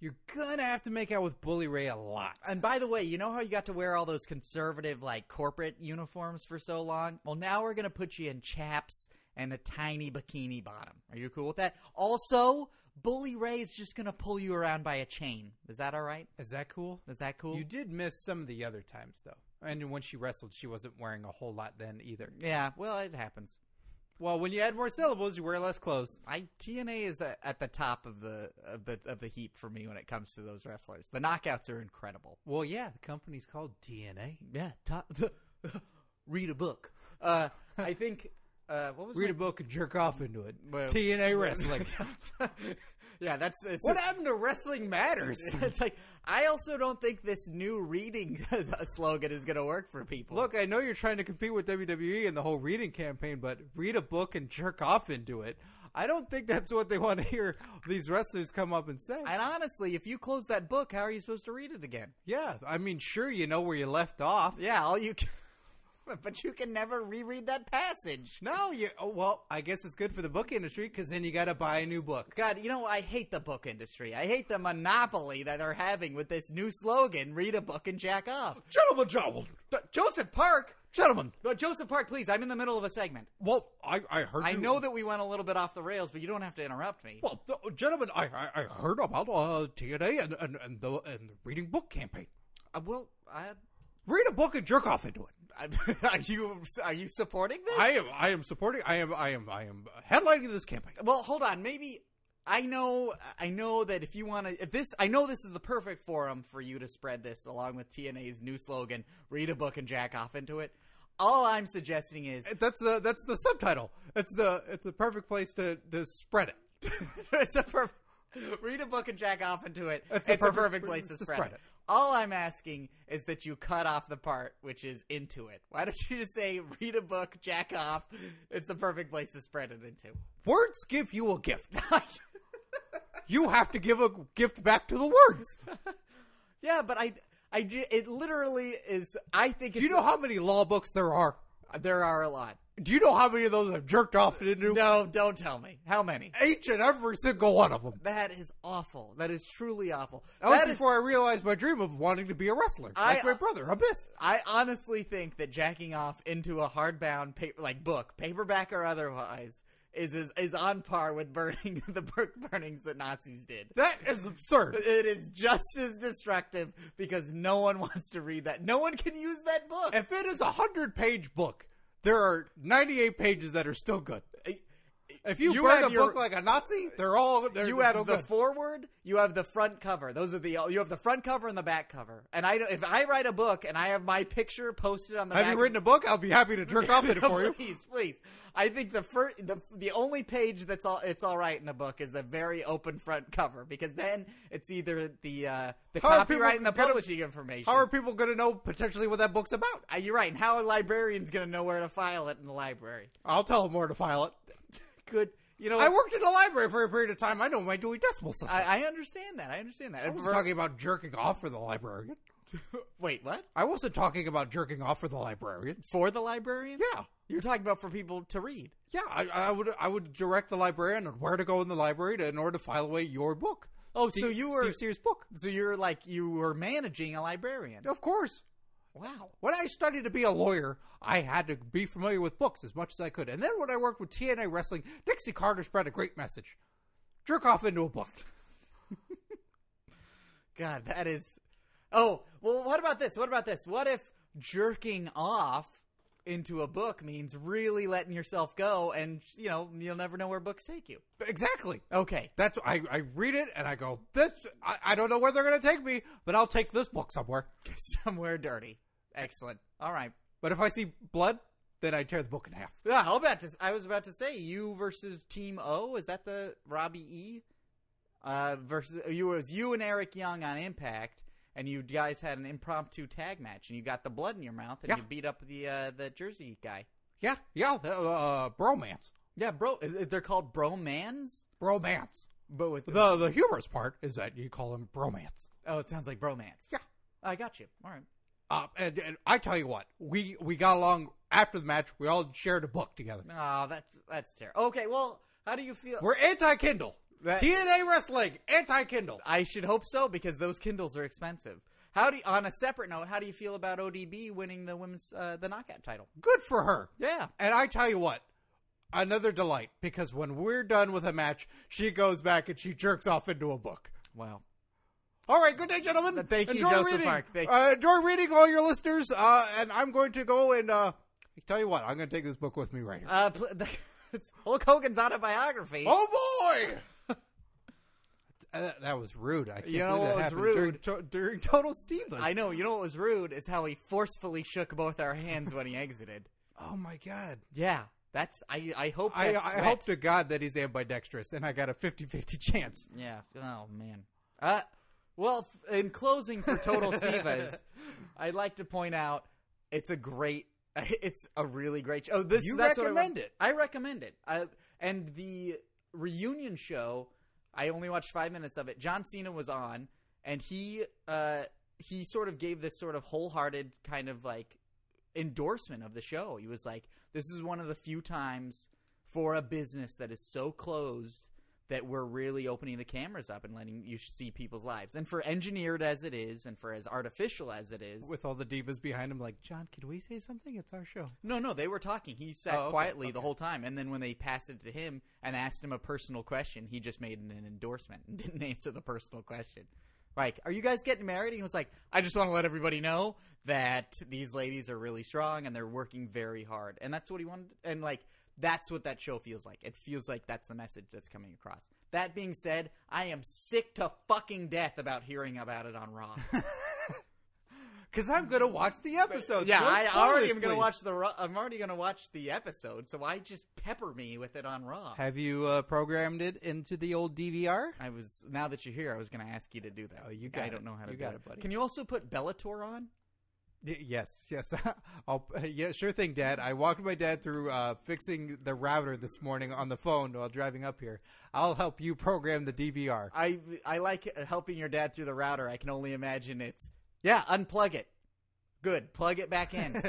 Speaker 3: You're gonna have to make out with Bully Ray a lot.
Speaker 1: And by the way, you know how you got to wear all those conservative like corporate uniforms for so long? Well, now we're gonna put you in chaps and a tiny bikini bottom. Are you cool with that? Also, Bully Ray is just gonna pull you around by a chain. Is that all right?
Speaker 3: Is that cool?
Speaker 1: Is that cool?
Speaker 3: You did miss some of the other times though. And when she wrestled, she wasn't wearing a whole lot then either.
Speaker 1: yeah. Well, it happens.
Speaker 3: Well, when you add more syllables, you wear less clothes.
Speaker 1: I TNA is uh, at the top of the of the of the heap for me when it comes to those wrestlers. The knockouts are incredible.
Speaker 3: Well, yeah, the company's called DNA.
Speaker 1: Yeah, top, <laughs> read a book. Uh,
Speaker 3: <laughs>
Speaker 1: I think uh, what was
Speaker 3: Read
Speaker 1: my-
Speaker 3: a book and jerk off into it.
Speaker 1: Well-
Speaker 3: TNA
Speaker 1: <laughs>
Speaker 3: wrestling. <laughs>
Speaker 1: yeah, that's it's,
Speaker 3: what happened to wrestling matters?
Speaker 1: <laughs> it's like I also don't think this new reading <laughs> uh, slogan is going to work for people.
Speaker 3: Look, I know you're trying to compete with WWE and the whole reading campaign, but read a book and jerk off into it. I don't think that's what they want to hear these wrestlers come up and say.
Speaker 1: and honestly, if you close that book, how are you supposed to read it again?
Speaker 3: yeah, I mean, sure, you know where you left off.
Speaker 1: Yeah, all you. Can- <laughs> but you can never reread that passage.
Speaker 3: No, you. Oh, well, I guess it's good for the book industry because then you got to buy a new book.
Speaker 1: God, you know, I hate the book industry. I hate the monopoly that they're having with this new slogan read a book and jack off.
Speaker 6: Gentlemen, gentlemen,
Speaker 1: Joseph Park!
Speaker 6: gentlemen.
Speaker 1: No, Joseph Park, please, I'm in the middle of a segment.
Speaker 6: Well, I, I heard.
Speaker 1: I
Speaker 6: you-
Speaker 1: know that we went a little bit off the rails, but you don't have to interrupt me.
Speaker 6: Well, th- gentlemen, I, I I heard about uh, TNA and and and the, and the reading book campaign.
Speaker 1: Uh, well, I,
Speaker 6: Read a book and jerk off into it.
Speaker 1: I,
Speaker 3: <laughs>
Speaker 1: are you are you supporting this?
Speaker 6: I am I am supporting. I am I am I am headlining this campaign.
Speaker 1: well, hold on. Maybe I know. I know that if you want to, if this, I know this is the perfect forum for you to spread this along with TNA's new slogan: "Read a book and jack off into it." All I'm suggesting is
Speaker 3: That's the that's the subtitle. It's the it's the perfect place to to spread it. <laughs>
Speaker 1: <laughs> it's a perfect. Read a book and jack off into it. It's
Speaker 3: a
Speaker 1: a,
Speaker 3: perfect-
Speaker 1: perfect, place to
Speaker 3: to
Speaker 1: spread,
Speaker 3: spread
Speaker 1: it.
Speaker 3: it.
Speaker 1: All I'm asking is that you cut off the part which is into it. Why don't you just say, read a book, jack off? It's the perfect place to spread it
Speaker 3: <laughs>
Speaker 1: into.
Speaker 3: Words give you a gift. you have to give a gift back to the
Speaker 1: <laughs>
Speaker 3: words.
Speaker 1: Yeah, but I, I, ju- it literally is. I think it's,
Speaker 3: Do you know how many law books there are?
Speaker 1: there are a lot.
Speaker 3: Do you know how many of those I've jerked off into?
Speaker 1: No, don't tell me. How many?
Speaker 3: Each and every single one of them.
Speaker 1: That is awful. That is truly awful.
Speaker 3: That was
Speaker 1: That is-
Speaker 3: before I realized my dream of wanting to be a wrestler,
Speaker 1: I-
Speaker 3: like my brother Abyss.
Speaker 1: I honestly think that jacking off into a hardbound paper, like book, paperback or otherwise, is is, is on par with burning <laughs> the book burnings that Nazis did.
Speaker 3: That is absurd.
Speaker 1: It is just as destructive because no one wants to read that. No one can use that book.
Speaker 3: If it is a hundred page book, there are ninety eight pages that are still good.
Speaker 1: uh,
Speaker 3: If you,
Speaker 1: You
Speaker 3: burn
Speaker 1: have
Speaker 3: a
Speaker 1: your-
Speaker 3: book like a Nazi, they're all they're,
Speaker 1: you
Speaker 3: they're no
Speaker 1: have the
Speaker 3: good.
Speaker 1: forward, you have the front cover. Those are the you have the front cover and the back cover. And I don't- if I write a book and I have my picture posted on the
Speaker 3: Have
Speaker 1: back
Speaker 3: you written a book? I'll be happy to jerk off in it for
Speaker 1: <laughs>
Speaker 3: you.
Speaker 1: please, please. I think the first, the the only page that's all it's all right in a book is the very open front cover because then it's either the uh, the
Speaker 3: How are
Speaker 1: copyright
Speaker 3: people
Speaker 1: and the
Speaker 3: gonna-
Speaker 1: publishing information.
Speaker 3: How are people going to know potentially what that book's about?
Speaker 1: Uh, you're right. And how are librarians going to know where to file it in the library?
Speaker 3: I'll tell them where to file it.
Speaker 1: Good. You know,
Speaker 3: I worked in a library for a period of time. I know my Dewey Decimal System. I,
Speaker 1: I, I understand that. I understand that. And
Speaker 3: was
Speaker 1: for-
Speaker 3: talking about jerking off for the librarian.
Speaker 1: <laughs> wait, what?
Speaker 3: I wasn't talking about jerking off for the librarian.
Speaker 1: For the librarian?
Speaker 3: Yeah,
Speaker 1: You're talking about for people to read.
Speaker 3: yeah. I, I would I would direct the librarian on where to go in the library to, in order to file away your book.
Speaker 1: Oh,
Speaker 3: Steve-
Speaker 1: so you were-
Speaker 3: Steve Sears' book.
Speaker 1: So you're like you were managing a librarian.
Speaker 3: Of course. Wow. When I studied to be a lawyer, I had to be familiar with books as much as I could. And then when I worked with TNA Wrestling, Dixie Carter spread a great message. Jerk off into a book. <laughs>
Speaker 1: God, that is. Oh, well, what about this? What about this? What if jerking off into a book means really letting yourself go and, you know, you'll never know where books take you?
Speaker 3: Exactly.
Speaker 1: Okay. <laughs>
Speaker 3: That's I, I read it and I go, this I, I don't know where they're gonna take me, but I'll take this book somewhere.
Speaker 1: Somewhere dirty. Excellent. All right.
Speaker 3: But if I see blood, then I tear the book in half.
Speaker 1: Yeah, how about this? I was about to say you versus Team O. Is that the Robbie E? Uh, versus you it was you and Eric Young on Impact, and you guys had an impromptu tag match, and you got the blood in your mouth, and
Speaker 3: Yeah.
Speaker 1: you beat up the uh, the Jersey guy.
Speaker 3: Yeah, yeah, uh, bromance.
Speaker 1: Yeah, bro. uh, They're called bromans,
Speaker 3: Bromance.
Speaker 1: but with
Speaker 3: The the humorous part is that you call them bromance.
Speaker 1: oh, it sounds like bromance.
Speaker 3: Yeah.
Speaker 1: I got you. All right.
Speaker 3: Uh, and, and I tell you what, we we got along after the match. We all shared a book together.
Speaker 1: Oh, that's that's terrible. Okay, well, how do you feel?
Speaker 3: We're anti Kindle.
Speaker 1: That-
Speaker 3: TNA wrestling anti Kindle.
Speaker 1: I should hope so because those Kindles are expensive. How do you, on a separate note, how do you feel about ODB winning the women's uh, the knockout title?
Speaker 3: Good for her.
Speaker 1: Yeah.
Speaker 3: And I tell you what, another delight because when we're done with a match, she goes back and she jerks off into a book.
Speaker 1: Wow.
Speaker 3: All right, good day, gentlemen.
Speaker 1: But thank you,
Speaker 3: enjoy
Speaker 1: Joseph
Speaker 3: reading.
Speaker 1: Mark. Thank-
Speaker 3: uh, enjoy reading all your listeners. Uh, and I'm going to go and uh, tell you what, I'm going to take this book with me right here.
Speaker 1: Uh, pl- <laughs> the, it's Hulk Hogan's autobiography.
Speaker 3: oh <laughs> boy. Uh, that was rude. I can't
Speaker 1: You know
Speaker 3: believe
Speaker 1: what
Speaker 3: that
Speaker 1: was
Speaker 3: happened during
Speaker 1: rude?
Speaker 3: to- during Total Divas.
Speaker 1: I know. You know what was rude is how he forcefully shook both our hands when he
Speaker 3: <laughs>
Speaker 1: exited.
Speaker 3: Oh my god.
Speaker 1: Yeah, that's. I I hope.
Speaker 3: I,
Speaker 1: that
Speaker 3: I
Speaker 1: sweat-
Speaker 3: hope to God that he's ambidextrous, and I got a 50-50 <laughs> chance.
Speaker 1: Yeah. Oh man. Uh, well, f- in closing for
Speaker 3: <laughs>
Speaker 1: Total Divas, I'd like to point out it's a great, <laughs> it's a really great show. Oh, this
Speaker 3: You
Speaker 1: that's what I wa-
Speaker 3: recommend it.
Speaker 1: I recommend it. Uh, and the reunion show, I only watched five minutes of it. John Cena was on, and he uh, he sort of gave this sort of wholehearted kind of like endorsement of the show. He was like, "This is one of the few times for a business that is so closed that we're really opening the cameras up and letting you see people's lives." And for engineered as it is, and for as artificial as it is,
Speaker 3: with all the divas behind him, like John, can we say something? It's our show.
Speaker 1: no, no, they were talking. He sat
Speaker 3: Oh, okay,
Speaker 1: quietly the
Speaker 3: okay.
Speaker 1: whole time, and then when they passed it to him and asked him a personal question, he just made an endorsement and <laughs> didn't answer the personal question. Like, are you guys getting married? And he was like, I just want to let everybody know that these ladies are really strong and they're working very hard, and that's what he wanted. And like, that's what that show feels like. It feels like that's the message that's coming across. That being said, I am sick to fucking death about hearing about it on
Speaker 3: <laughs>
Speaker 1: Raw.
Speaker 5: Because I'm going to watch the
Speaker 3: Uh,
Speaker 5: episode.
Speaker 1: Yeah,
Speaker 5: No
Speaker 1: I
Speaker 5: spoilers,
Speaker 1: already am going
Speaker 5: please.
Speaker 1: to watch the. Ru- I'm already going to watch the episode, so why just pepper me with it on Raw?
Speaker 3: Have you uh, programmed it into the old DVR?
Speaker 1: I was now that you're here, I was going to ask you to do that.
Speaker 3: Oh, you
Speaker 1: I
Speaker 3: got
Speaker 1: don't
Speaker 3: it.
Speaker 1: know how to
Speaker 3: You
Speaker 1: do
Speaker 3: got it, buddy.
Speaker 1: Can you also put Bellator on?
Speaker 3: Y- yes, yes. <laughs> I'll, yeah, sure thing, Dad. I walked my dad through uh, fixing the router this morning on the phone while driving up here. I'll help you program the DVR.
Speaker 1: I I like uh, helping your dad through the router. I can only imagine it's yeah. Unplug it. Good. Plug it back
Speaker 3: <laughs>
Speaker 1: in.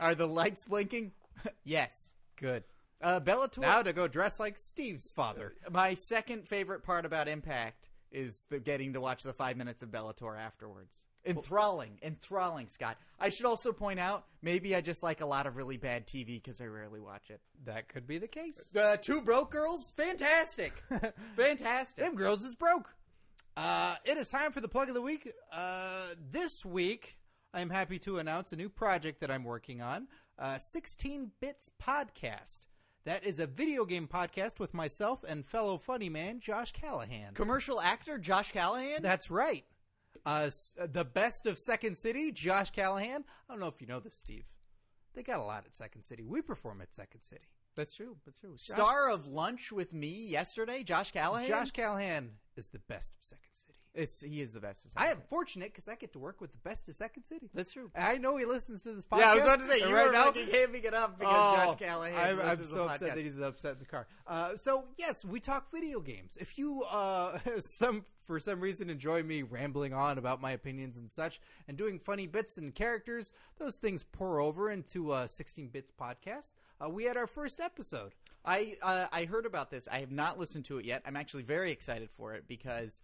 Speaker 1: Are the lights blinking? <laughs> yes.
Speaker 3: <laughs> Good.
Speaker 1: Uh, Bellator.
Speaker 3: Now to go dress like Steve's father.
Speaker 1: my second favorite part about Impact is the getting to watch the five minutes of Bellator afterwards. Enthralling, enthralling, Scott. I should also point out maybe I just like a lot of really bad TV because I rarely watch it.
Speaker 3: That could be the case.
Speaker 1: Uh, two broke girls,
Speaker 3: <laughs>
Speaker 1: fantastic, fantastic.
Speaker 5: Them girls is broke.
Speaker 3: Uh, it is time for the plug of the week. Uh, this week, I'm happy to announce a new project that I'm working on uh, 16 Bits Podcast. That is a video game podcast with myself and fellow funny man Josh Callahan.
Speaker 1: Commercial actor Josh Callahan.
Speaker 3: That's right. Uh, s- the best of Second City, Josh Callahan. I don't know if you know this, Steve. They got a lot at Second City. We perform at Second City.
Speaker 1: that's true. That's true. Star of Lunch with Me yesterday, Josh Callahan.
Speaker 3: Josh Callahan is the best of Second City.
Speaker 1: it's he is the best. Of
Speaker 3: I am fortunate because I get to work with the best of Second City.
Speaker 1: That's true.
Speaker 3: And I know he listens to this podcast.
Speaker 1: Yeah, I was about to say
Speaker 3: and
Speaker 1: you
Speaker 3: right
Speaker 1: were
Speaker 3: now,
Speaker 1: fucking hamming it up because
Speaker 3: oh,
Speaker 1: Josh Callahan.
Speaker 3: I'm, I'm
Speaker 1: listens to
Speaker 3: so
Speaker 1: the
Speaker 3: upset
Speaker 1: podcast.
Speaker 3: that he's upset in the car. Uh, so yes, we talk video games. If you uh, <laughs> some for some reason enjoy me rambling on about my opinions and such, and doing funny bits and characters, those things pour over into uh, 16 Bits podcast. Uh, we had our first episode.
Speaker 1: I uh, I heard about this. I have not listened to it yet. I'm actually very excited for it because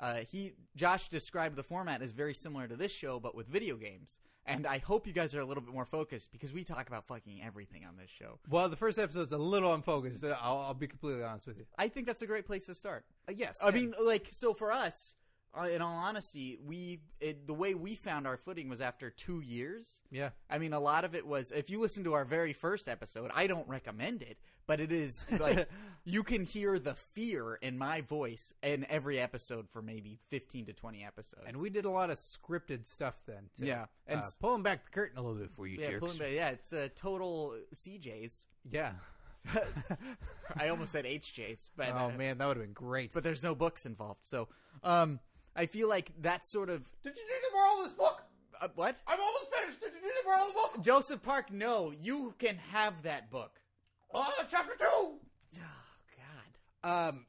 Speaker 1: uh, he Josh described the format as very similar to this show, but with video games. And I hope you guys are a little bit more focused because we talk about fucking everything on this show.
Speaker 3: Well, the first episode's a little unfocused. uh, I'll, I'll be completely honest with you.
Speaker 1: I think that's a great place to start.
Speaker 3: Uh, yes,
Speaker 1: I
Speaker 3: and-
Speaker 1: mean, like, so for us, uh, in all honesty, we it, the way we found our footing was after two years.
Speaker 3: yeah.
Speaker 1: I mean, a lot of it was if you listen to our very first episode, I don't recommend it, but it is
Speaker 3: <laughs>
Speaker 1: like you can hear the fear in my voice in every episode for maybe 15 to 20 episodes.
Speaker 3: And we did a lot of scripted stuff then, too.
Speaker 1: Yeah, and
Speaker 3: And
Speaker 1: s-
Speaker 3: pulling back the curtain a little bit for you,
Speaker 1: yeah,
Speaker 3: jerks.
Speaker 1: pulling back- yeah, it's a total CJ's.
Speaker 5: <laughs>
Speaker 3: Yeah. <laughs>
Speaker 1: I almost said HJ's, but uh,
Speaker 3: Oh, man, that would have been great.
Speaker 1: but there's no books involved. So, um I feel like that sort of
Speaker 5: Did you do the moral of this book?
Speaker 1: uh, what?
Speaker 5: I'm almost finished. Did you do the moral of the book?
Speaker 1: Joseph Park, no, you can have that book.
Speaker 5: Oh, chapter two.
Speaker 1: Oh god.
Speaker 3: um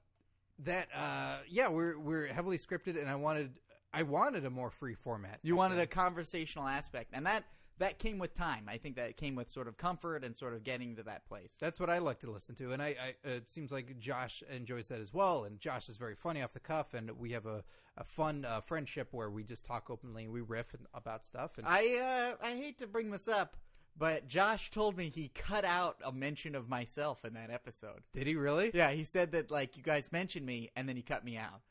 Speaker 3: that uh yeah we're we're heavily scripted and i wanted i wanted a more free format
Speaker 1: You wanted a conversational aspect, and that that came with time. I think that came with sort of comfort and sort of getting to that place.
Speaker 3: that's what i like to listen to and i, I uh, it seems like josh enjoys that as well and josh is very funny off the cuff and we have a, a fun uh, friendship where we just talk openly and we riff and, about stuff and
Speaker 1: I uh, I hate to bring this up, but Josh told me he cut out a mention of myself in that episode.
Speaker 3: did he really
Speaker 1: Yeah, he said that like you guys mentioned me, and then he cut me out.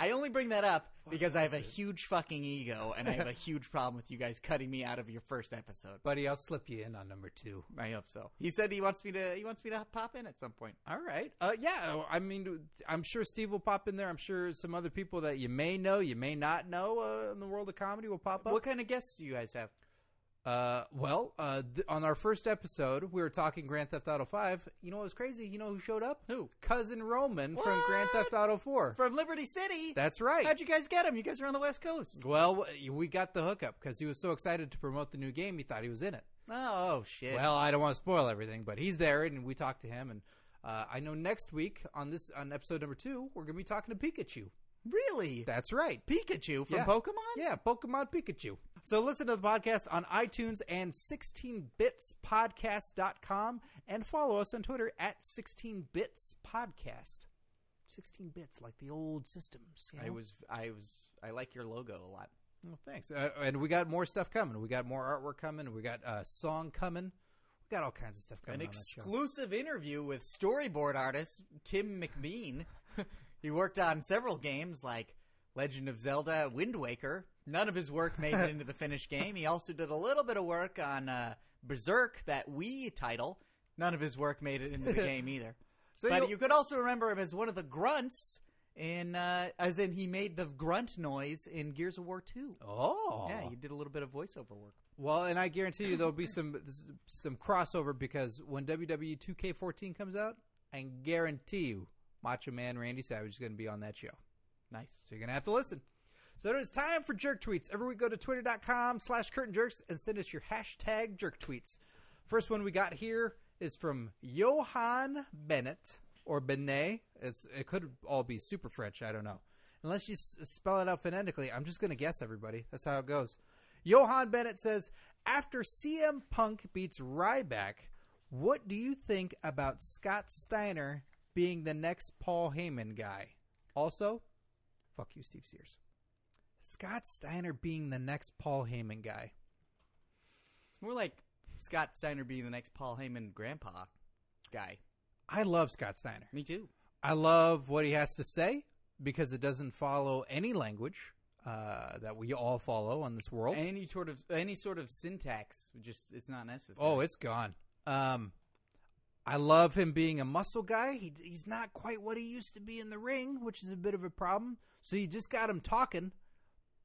Speaker 1: I only bring that up because I have a huge fucking ego, and I have a huge problem with you guys cutting me out of your first episode.
Speaker 3: buddy i'll slip you in on number two
Speaker 1: I hope so. He said he wants me to he wants me to pop in at some point.
Speaker 3: all right uh yeah i mean i'm sure steve will pop in there i'm sure some other people that you may know you may not know uh, in the world of comedy will pop up
Speaker 1: What kind of guests do you guys have?
Speaker 3: Uh, well, uh, th- on our first episode, we were talking Grand Theft Auto Five. You know what was crazy? You know who showed up?
Speaker 1: Who?
Speaker 3: Cousin Roman from Grand
Speaker 1: What?
Speaker 3: Theft Auto Four.
Speaker 1: From Liberty City.
Speaker 3: That's right.
Speaker 1: How'd you guys get him? You guys are on the West Coast.
Speaker 3: well, w- we got the hookup because he was so excited to promote the new game, he thought he was in it.
Speaker 1: Oh, shit.
Speaker 3: Well, I don't want to spoil everything, but he's there, and we talked to him. And uh, I know next week on this on episode number two, we're gonna be talking to Pikachu.
Speaker 1: really?
Speaker 3: That's right.
Speaker 1: Pikachu from
Speaker 3: Yeah.
Speaker 1: Pokemon?
Speaker 3: Yeah, Pokemon Pikachu. So listen to the podcast on iTunes and 16bitspodcast.com and follow us on Twitter at 16bitspodcast. 16 bits like the old systems. you
Speaker 1: I
Speaker 3: know?
Speaker 1: was, I was, I like your logo a lot.
Speaker 3: Well, thanks. Uh, and we got more stuff coming. We got more artwork coming. We got uh, song coming. We got all kinds of stuff
Speaker 1: An
Speaker 3: coming. on that show.
Speaker 1: exclusive interview with storyboard artist Tim McBean. <laughs> he worked on several games like Legend of Zelda, Wind Waker. None of his work made
Speaker 3: <laughs>
Speaker 1: it into the finished game. He also did a little bit of work on uh, Berserk, that Wii title. None of his work made it
Speaker 3: <laughs>
Speaker 1: into the game either.
Speaker 3: So
Speaker 1: but
Speaker 3: you'll-
Speaker 1: you could also remember him as one of the grunts in, uh, as in he made the grunt noise in Gears of War Two.
Speaker 3: Oh,
Speaker 1: Yeah, he did a little bit of voiceover work.
Speaker 3: Well, and I guarantee you there'll be some <laughs> some crossover because when E WWE 2K14 comes out, I can guarantee you Macho Man Randy Savage is going to be on that show.
Speaker 1: Nice.
Speaker 3: So you're going to have to listen. So it is time for jerk tweets. Every week go to twitter.com slash curtain jerks and send us your hashtag jerk tweets. First one we got here is from Johan Bennett or Benet. It's, it could all be super French. I don't know. Unless you s- spell it out phonetically, I'm just going to guess everybody. That's how it goes. Johan Bennett says, after CM Punk beats Ryback, what do you think about Scott Steiner being the next Paul Heyman guy? Also, Fuck you, Steve Sears. Scott Steiner being the next Paul Heyman guy.
Speaker 1: It's more like Scott Steiner being the next Paul Heyman grandpa guy.
Speaker 3: I love Scott Steiner.
Speaker 1: Me too.
Speaker 3: I love what he has to say because it doesn't follow any language uh, that we all follow on this world.
Speaker 1: Any sort of any sort of syntax, just it's not necessary.
Speaker 3: oh, it's gone. Um, I love him being a muscle guy. He, he's not quite what he used to be in the ring, which is a bit of a problem. So you just got him talking.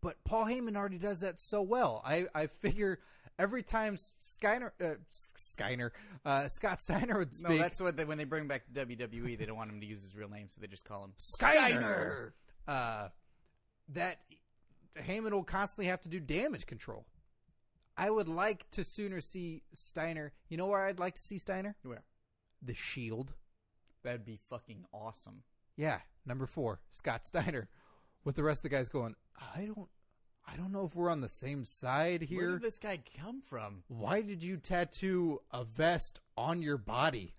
Speaker 3: But Paul Heyman already does that so well. I, I figure every time Skyner, uh, Skyner, uh, Scott Steiner would speak.
Speaker 1: no, that's what they, when they bring back WWE, they don't want him to use his real name, so they just call him
Speaker 3: Steiner. Uh, that Heyman will constantly have to do damage control. I would like to sooner see Steiner. You know where I'd like to see Steiner?
Speaker 1: Where
Speaker 3: The Shield.
Speaker 1: that'd be fucking awesome.
Speaker 3: Yeah, number four, Scott Steiner, with the rest of the guys going. I don't, I don't know if we're on the same side
Speaker 1: Where
Speaker 3: here.
Speaker 1: did this guy come from?
Speaker 3: Why did you tattoo a vest on your body?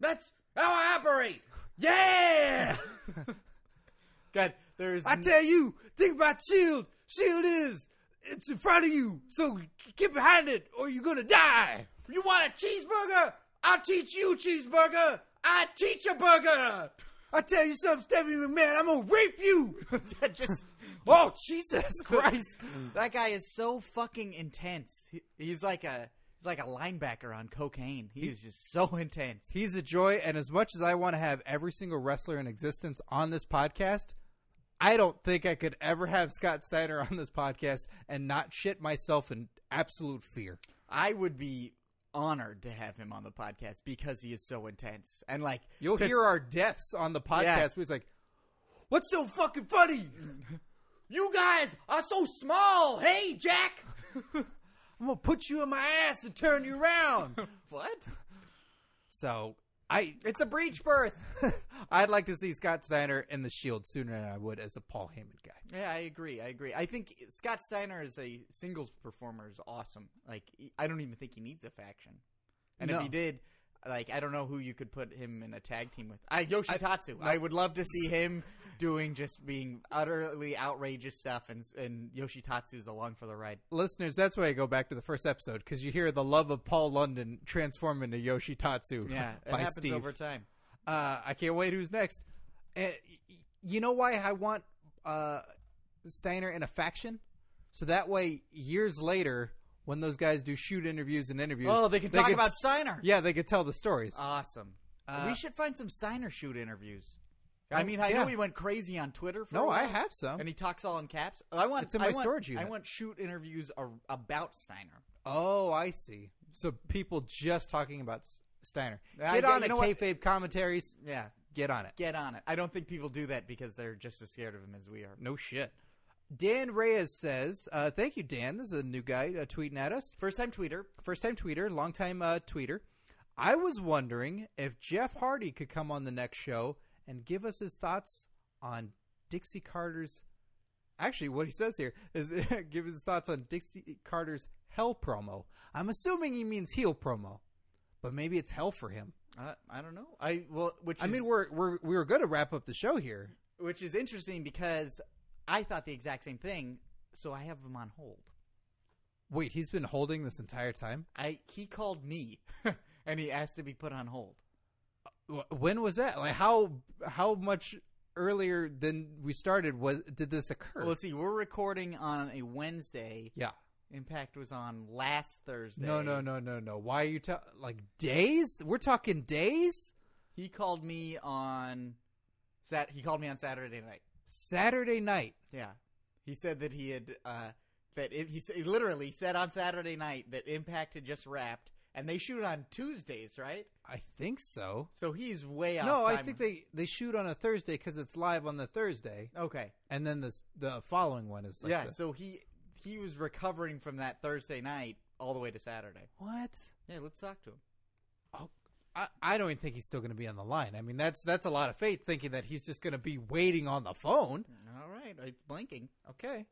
Speaker 1: That's how I operate.
Speaker 3: <laughs>
Speaker 1: Yeah. God, there's
Speaker 3: I tell you, think about Shield. Shield is it's in front of you, so get behind it, or you're gonna die.
Speaker 1: You want a cheeseburger? I'll teach you cheeseburger. I teach a burger.
Speaker 3: I tell you something, Stephanie McMahon, I'm gonna
Speaker 1: <laughs>
Speaker 3: rape you.
Speaker 1: just
Speaker 3: oh Jesus
Speaker 1: <laughs>
Speaker 3: Christ!
Speaker 1: that guy is so fucking intense. He, he's like a he's like a linebacker on cocaine. He, is just so <laughs> intense.
Speaker 3: He's a joy, and as much as I want to have every single wrestler in existence on this podcast, I don't think I could ever have Scott Steiner on this podcast and not shit myself in absolute fear.
Speaker 1: I would be honored to have him on the podcast because he is so intense. And like
Speaker 3: You'll
Speaker 1: to
Speaker 3: hear
Speaker 1: s-
Speaker 3: our deaths on the podcast.
Speaker 1: Yeah.
Speaker 3: We're just like, "What's so fucking funny?" <laughs>
Speaker 1: You guys are so small. Hey, Jack.
Speaker 3: <laughs> I'm gonna put you in my ass and turn you around.
Speaker 1: <laughs> what?
Speaker 3: so I,
Speaker 1: It's a breech birth.
Speaker 3: <laughs> I'd like to see Scott Steiner in the Shield sooner than I would as a Paul Heyman guy.
Speaker 1: Yeah, I agree. I agree. I think Scott Steiner as a singles performer is awesome. Like, he- I don't even think he needs a faction. And
Speaker 3: No.
Speaker 1: if he did, like, I don't know who you could put him in a tag team with. I, Yoshitatsu. I, would love to see him doing just being utterly outrageous stuff, and and Yoshitatsu's along for the
Speaker 3: <laughs>
Speaker 1: ride.
Speaker 3: Listeners, that's why I go back to the first episode because you hear the love of Paul London transform into Yoshitatsu.
Speaker 1: Yeah, it
Speaker 3: <laughs> by
Speaker 1: happens
Speaker 3: Steve.
Speaker 1: over time.
Speaker 3: Uh, I can't wait. Who's next? Uh, y- y- you know why I want uh, Steiner in a faction? So that way, years later, when those guys do shoot interviews and interviews,
Speaker 1: Oh, they can talk
Speaker 3: could-
Speaker 1: about Steiner. Uh,
Speaker 3: Yeah, they could tell the stories.
Speaker 1: Awesome. we should find some Steiner shoot interviews.
Speaker 3: Oh,
Speaker 1: I mean, I
Speaker 3: yeah.
Speaker 1: know he went crazy on Twitter. For a
Speaker 3: no, I
Speaker 1: while.
Speaker 3: have some.
Speaker 1: And he talks all in caps. I want
Speaker 3: Oh. It's in my
Speaker 1: I want-
Speaker 3: storage unit.
Speaker 1: I want shoot interviews ar- about Steiner.
Speaker 3: Oh, I see. So people just talking about S- Steiner.
Speaker 1: I
Speaker 3: Get
Speaker 1: get-
Speaker 3: on
Speaker 1: you
Speaker 3: it,
Speaker 1: know what?
Speaker 3: kayfabe commentaries.
Speaker 1: Yeah,
Speaker 3: Get on it.
Speaker 1: get on it. I don't think people do that because they're just as scared of him as we are.
Speaker 3: No shit. Dan Reyes says, uh, "Thank you, Dan. This is a new guy uh, tweeting at us.
Speaker 1: First time tweeter.
Speaker 3: First time tweeter, long time uh, tweeter. I was wondering if Jeff Hardy could come on the next show and give us his thoughts on Dixie Carter's Actually, what he says here is <laughs> give his thoughts on Dixie Carter's hell promo. I'm assuming he means heel promo, but maybe it's hell for him.
Speaker 1: I, I don't know. I well, which
Speaker 3: I
Speaker 1: is,
Speaker 3: mean, we're we're we were going to wrap up the show here.
Speaker 1: which is interesting because I thought the exact same thing, so I have him on hold.
Speaker 3: Wait, he's been holding this entire time.
Speaker 1: I he called me, <laughs> and he asked to be put on hold.
Speaker 3: Wh- When was that? Like how how much earlier than we started was did this occur?
Speaker 1: Well, let's see. We're recording on a Wednesday.
Speaker 3: yeah.
Speaker 1: Impact was on last Thursday.
Speaker 3: No, no, no, no, no. Why are you ta- like days? We're talking days.
Speaker 1: He called me on Sat. He called me on Saturday night.
Speaker 3: Saturday night.
Speaker 1: Yeah, he said that he had uh, that if he, sa- he literally said on Saturday night that Impact had just wrapped, and they shoot on Tuesdays, right?
Speaker 3: I think so.
Speaker 1: So he's way off.
Speaker 3: no, I
Speaker 1: time.
Speaker 3: think they they shoot on a Thursday because it's live on the Thursday,
Speaker 1: Okay.
Speaker 3: and then the the following one is like
Speaker 1: yeah.
Speaker 3: the-
Speaker 1: So he he was recovering from that Thursday night all the way to Saturday.
Speaker 3: what?
Speaker 1: Yeah, let's talk to him.
Speaker 3: Oh, I, I don't even think he's still going to be on the line. I mean, that's that's a lot of faith thinking that he's just going to be waiting on the phone.
Speaker 1: All right, it's blinking.
Speaker 3: Okay.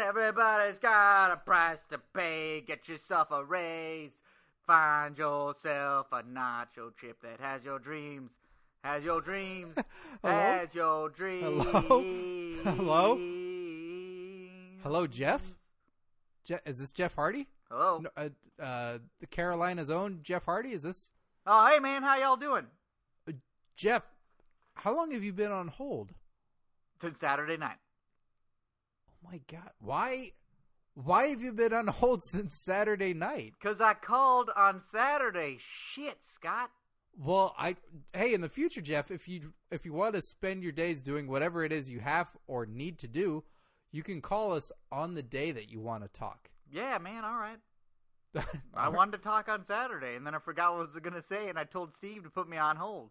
Speaker 1: Everybody's got a price to pay. Get yourself a raise. Find yourself a nacho chip that has your dreams. Has your dreams.
Speaker 3: <laughs> Hello? <laughs>
Speaker 1: Has your dreams.
Speaker 3: Hello? Hello? Hello, Jeff. Je- is this Jeff Hardy?
Speaker 1: Hello?
Speaker 3: No, uh, uh, the Carolina's own Jeff Hardy. Is this
Speaker 1: Oh, hey, man. How y'all doing?
Speaker 3: Jeff? How long have you been on hold?
Speaker 1: Since Saturday night.
Speaker 3: Oh my God! Why? Why have you been on hold <laughs> since Saturday night?
Speaker 1: Because I called on Saturday. Shit, Scott.
Speaker 3: Well, I hey, in the future, Jeff, if you if you want to spend your days doing whatever it is you have or need to do, you can call us on the day that you want to talk. <laughs>
Speaker 1: Yeah, man. All right. I wanted to talk on Saturday, and then I forgot what I was going to say, and I told Steve to put me on hold.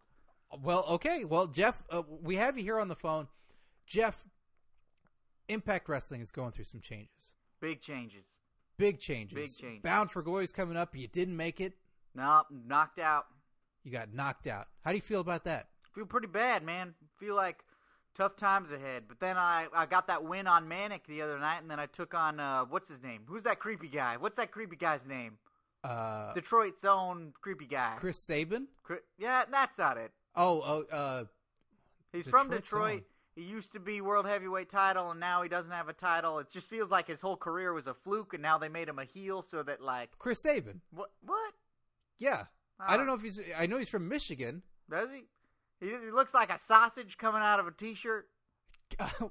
Speaker 3: Well, okay. Well, Jeff, uh, we have you here on the phone. Jeff, Impact Wrestling is going through some changes.
Speaker 1: Big changes.
Speaker 3: Big changes.
Speaker 1: Big changes.
Speaker 3: Bound for Glory's coming up. You didn't make it.
Speaker 1: No, knocked out.
Speaker 3: You got knocked out. How do you feel about that?
Speaker 1: Feel pretty bad, man. Feel like tough times ahead. But then I, I got that win on Manic the other night, and then I took on uh, what's his name? Who's that creepy guy? What's that creepy guy's name?
Speaker 3: Uh,
Speaker 1: Detroit's own creepy guy.
Speaker 3: Chris Sabin?
Speaker 1: Cri- yeah, that's not it.
Speaker 3: Oh, oh, uh,
Speaker 1: He's from
Speaker 3: Detroit's
Speaker 1: Detroit.
Speaker 3: own.
Speaker 1: He used to be world heavyweight title, and now he doesn't have a title. It just feels like his whole career was a fluke, and now they made him a heel, so that like
Speaker 3: Chris Sabin.
Speaker 1: what? What
Speaker 3: Yeah. I
Speaker 1: Ah.
Speaker 3: don't know if he's. I know he's from Michigan. <laughs>
Speaker 1: does he? He, he looks like a sausage coming out of a t-shirt.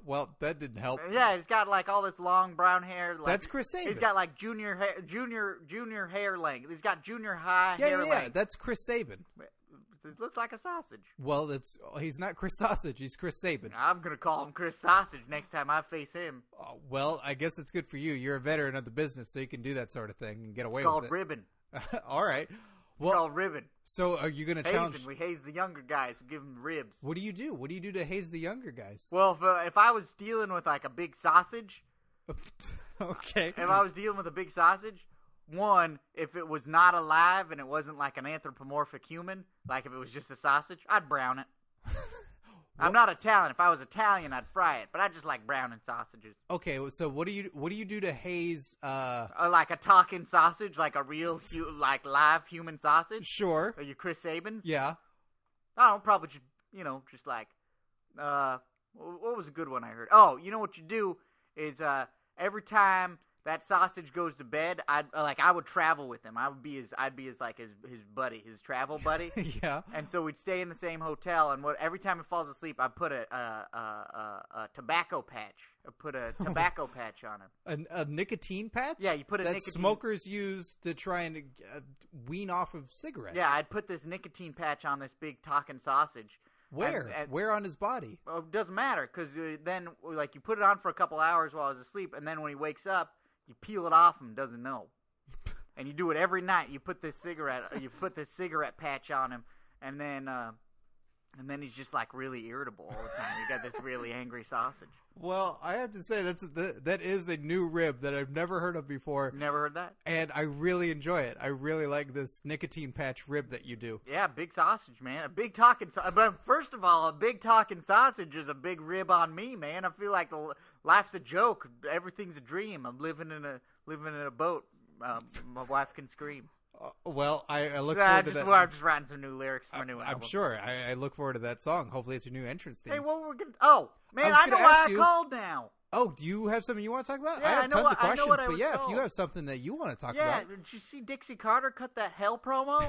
Speaker 3: well, that didn't help.
Speaker 1: Yeah, he's got like all this long brown hair. Like,
Speaker 3: That's Chris Sabin.
Speaker 1: He's got like junior hair, junior junior hair length. He's got junior high
Speaker 3: yeah,
Speaker 1: hair
Speaker 3: yeah, yeah.
Speaker 1: length.
Speaker 3: That's Chris Sabin.
Speaker 1: It looks like a sausage.
Speaker 3: Well, it's he's not Chris <laughs> Sausage. He's Chris Sabin.
Speaker 1: I'm gonna call him Chris Sausage next time I face him.
Speaker 3: Uh, well, I guess it's good for you. You're a veteran of the business, so you can do that sort of thing and get away
Speaker 1: It's called
Speaker 3: with it.
Speaker 1: Ribbon.
Speaker 3: <laughs> All right.
Speaker 1: It's
Speaker 3: Well,
Speaker 1: called Ribbon.
Speaker 3: so are you going to challenge?
Speaker 1: Hazing. We haze the younger guys. We give them ribs.
Speaker 3: What do you do? What do you do to haze the younger guys?
Speaker 1: Well, if, uh, if I was dealing with like a big sausage,
Speaker 3: <laughs> okay.
Speaker 1: if I was dealing with a big sausage, one, if it was not alive and it wasn't like an anthropomorphic human, like if it was just a sausage, I'd brown it.
Speaker 3: <laughs>
Speaker 1: I'm not Italian. If I was Italian, I'd fry it, but I just like browning sausages.
Speaker 3: Okay. So what do you what do you do to haze? Uh,
Speaker 1: Or like a talking sausage, like a real, hu- like live human sausage.
Speaker 3: sure.
Speaker 1: Are you Chris Sabin?
Speaker 3: Yeah. <laughs>
Speaker 1: I don't probably just you know just like uh wh- what was a good one I heard? Oh, you know what you do is uh every time that sausage goes to bed, I'd uh, like I would travel with him. I would be his I'd be his like his his buddy, his travel buddy.
Speaker 3: <laughs> yeah.
Speaker 1: And so we'd stay in the same hotel, and what every time he falls asleep, I put a a, a, a, a tobacco patch, I put
Speaker 3: <laughs>
Speaker 1: a tobacco patch on him.
Speaker 3: A, a nicotine patch.
Speaker 1: Yeah, you put a
Speaker 3: that
Speaker 1: nicotine-
Speaker 3: smokers use to try and uh, wean off of cigarettes.
Speaker 1: Yeah, I'd put this nicotine patch on this big talking sausage.
Speaker 3: Where?
Speaker 1: And- and-
Speaker 3: Where on his body?
Speaker 1: Well, it doesn't matter because then, like, you put it on for a couple hours while I was asleep, and then when he wakes up, you peel it off him. Doesn't know, and you do it every night. You put this cigarette, you put this cigarette patch on him, and then uh, And then he's just like really irritable all the time. You got this really angry sausage.
Speaker 3: Well, I have to say that's the, that is a new rib that I've never heard of before,
Speaker 1: Never heard that?
Speaker 3: and I really enjoy it. I really like this nicotine patch rib that you do.
Speaker 1: Yeah, big sausage, man. A big talking sausage. But first of all, a big talking sausage is a big rib on me, man. I feel like l- life's a joke. Everything's a dream. I'm living in a living in a boat. Um, my wife can
Speaker 3: <laughs>
Speaker 1: scream.
Speaker 3: Uh, well, I, I look
Speaker 1: Uh,
Speaker 3: forward to
Speaker 1: just,
Speaker 3: that.
Speaker 1: well, I'm just writing some new lyrics for a
Speaker 3: I'm,
Speaker 1: new
Speaker 3: I'm
Speaker 1: album.
Speaker 3: sure. I, I look forward to that song. Hopefully, it's your new entrance theme.
Speaker 1: Hey, what were we gonna? Oh, man,
Speaker 3: was
Speaker 1: I, know
Speaker 3: gonna
Speaker 1: why
Speaker 3: ask
Speaker 1: I
Speaker 3: you-
Speaker 1: called now.
Speaker 3: oh, do you have something you want to talk about?
Speaker 1: Yeah,
Speaker 3: I have
Speaker 1: I know
Speaker 3: tons
Speaker 1: what-
Speaker 3: of
Speaker 1: I know
Speaker 3: questions,
Speaker 1: what I
Speaker 3: but
Speaker 1: was
Speaker 3: yeah, if
Speaker 1: told.
Speaker 3: you have something that you want to talk
Speaker 1: Yeah,
Speaker 3: about,
Speaker 1: did you see Dixie Carter cut that hell
Speaker 3: <laughs>
Speaker 1: promo?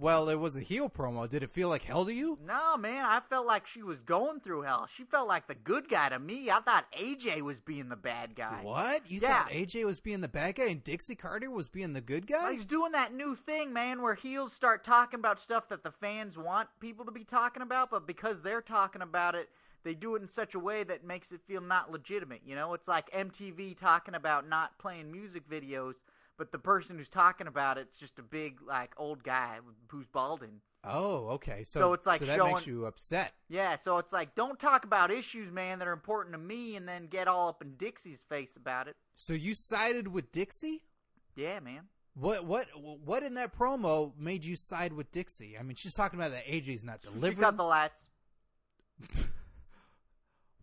Speaker 3: well, it was a heel promo. Did it feel like hell to you?
Speaker 1: no, man, I felt like she was going through hell. She felt like the good guy to me. I thought AJ was being the bad guy.
Speaker 3: What? You
Speaker 1: Yeah.
Speaker 3: thought AJ was being the bad guy and Dixie Carter was being the good
Speaker 1: Well,
Speaker 3: guy?
Speaker 1: he's doing that new thing, man, where heels start talking about stuff that the fans want people to be talking about, but because they're talking about it, they do it in such a way that makes it feel not legitimate. You know, it's like MTV talking about not playing music videos, but the person who's talking about it's just a big, like, old guy who's balding.
Speaker 3: Oh, okay. So,
Speaker 1: So it's like
Speaker 3: that
Speaker 1: showing-
Speaker 3: makes you upset.
Speaker 1: Yeah, so it's like, don't talk about issues, man, that are important to me, and then get all up in Dixie's face about it.
Speaker 3: So you sided with Dixie?
Speaker 1: Yeah, man.
Speaker 3: What what what in that promo made you side with Dixie? I mean, she's talking about that AJ's not
Speaker 1: She
Speaker 3: delivering.
Speaker 1: cut the lights.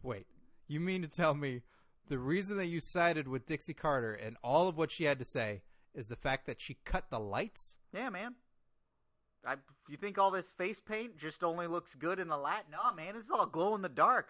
Speaker 3: Wait, you mean to tell me the reason that you sided with Dixie Carter and all of what she had to say is the fact that she cut the lights?
Speaker 1: Yeah, man. I, you think all this face paint just only looks good in the light? No, man, it's all glow in the dark.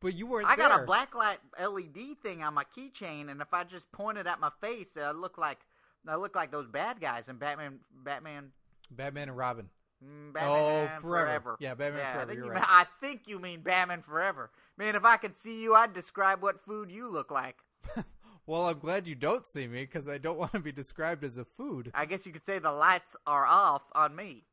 Speaker 3: But you weren't
Speaker 1: I got
Speaker 3: there.
Speaker 1: a blacklight LED E thing on my keychain, and if I just point it at my face, I look like I look like those bad guys in Batman, Batman,
Speaker 3: Batman and Robin.
Speaker 1: mm, Batman
Speaker 3: Oh, Forever. Yeah, Batman
Speaker 1: I
Speaker 3: Forever,
Speaker 1: think
Speaker 3: you're
Speaker 1: you
Speaker 3: right.
Speaker 1: mean- I think you mean Batman Forever, man. If I could see you, I'd describe what food you look like.
Speaker 3: Well, I'm glad you don't see me because I don't <laughs> want to be described as a food.
Speaker 1: I guess you could say the lights are off on me.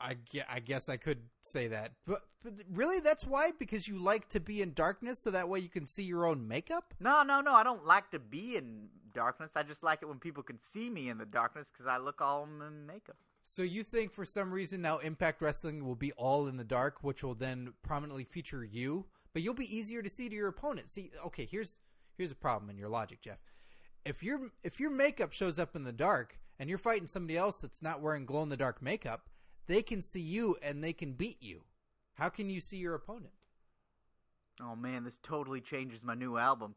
Speaker 3: I, gue- I guess I could say that. But, but really, that's why? Because you like to be in darkness so that way you can see your own makeup?
Speaker 1: No, no, no. I don't like to be in darkness. I just like it when people can see me in the darkness because I look all in makeup.
Speaker 3: So you think for some reason now Impact Wrestling will be all in the dark, which will then prominently feature you, but you'll be easier to see to your opponent. See, okay, here's here's a problem in your logic, Jeff. If your if your makeup shows up in the dark and you're fighting somebody else that's not wearing glow in the dark makeup, they can see you and they can beat you. How can you see your opponent? <laughs>
Speaker 1: Oh man, this totally changes my new album.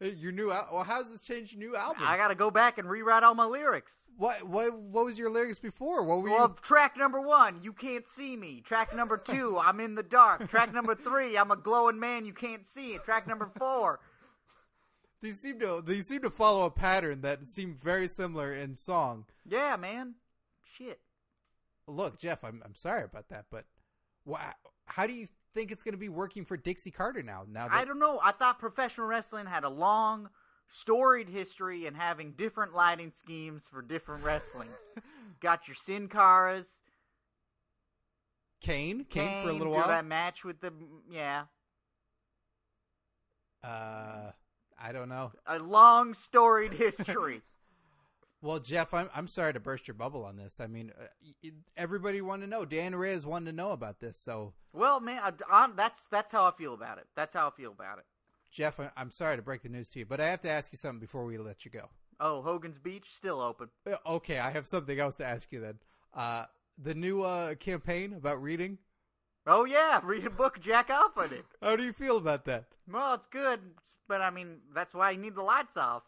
Speaker 3: your new al- well, how's this change your new album?
Speaker 1: I gotta go back and rewrite all my lyrics.
Speaker 3: what what what was your lyrics before? What were
Speaker 1: Well,
Speaker 3: you?
Speaker 1: track number one, you can't see me. Track number two, I'm in the dark. Track number three, I'm a glowing man, you can't see it. Track number four,
Speaker 3: They seem to they seem to follow a pattern that seemed very similar in song.
Speaker 1: yeah, man, shit.
Speaker 3: look, Jeff, I'm I'm sorry about that, but why, how do you think it's going to be working for Dixie Carter now? Now that,
Speaker 1: I don't know. I thought professional wrestling had a long, storied history in having different lighting schemes for different
Speaker 3: <laughs>
Speaker 1: wrestling. Got your Sin Caras,
Speaker 3: Kane, Kane,
Speaker 1: Kane
Speaker 3: for a little
Speaker 1: do
Speaker 3: while.
Speaker 1: that match with the yeah,
Speaker 3: Uh, I don't know.
Speaker 1: a long, storied
Speaker 3: <laughs>
Speaker 1: history.
Speaker 3: Well, Jeff, I'm I'm sorry to burst your bubble on this. I mean, uh, y- y- everybody wanted to know. Dan Reyes wanted to know about this, so
Speaker 1: well, man, I, I'm, that's that's how I feel about it. That's how I feel about it.
Speaker 3: Jeff, I- I'm sorry to break the news to you, but I have to ask you something before we let you go.
Speaker 1: Oh, Hogan's Beach still open.
Speaker 3: Uh, Okay, I have something else to ask you then. Uh, the new uh campaign about reading.
Speaker 1: Oh yeah, read a book, jack off on it.
Speaker 3: How do you feel about that?
Speaker 1: Well, it's good, but I mean, that's why you need the lights off.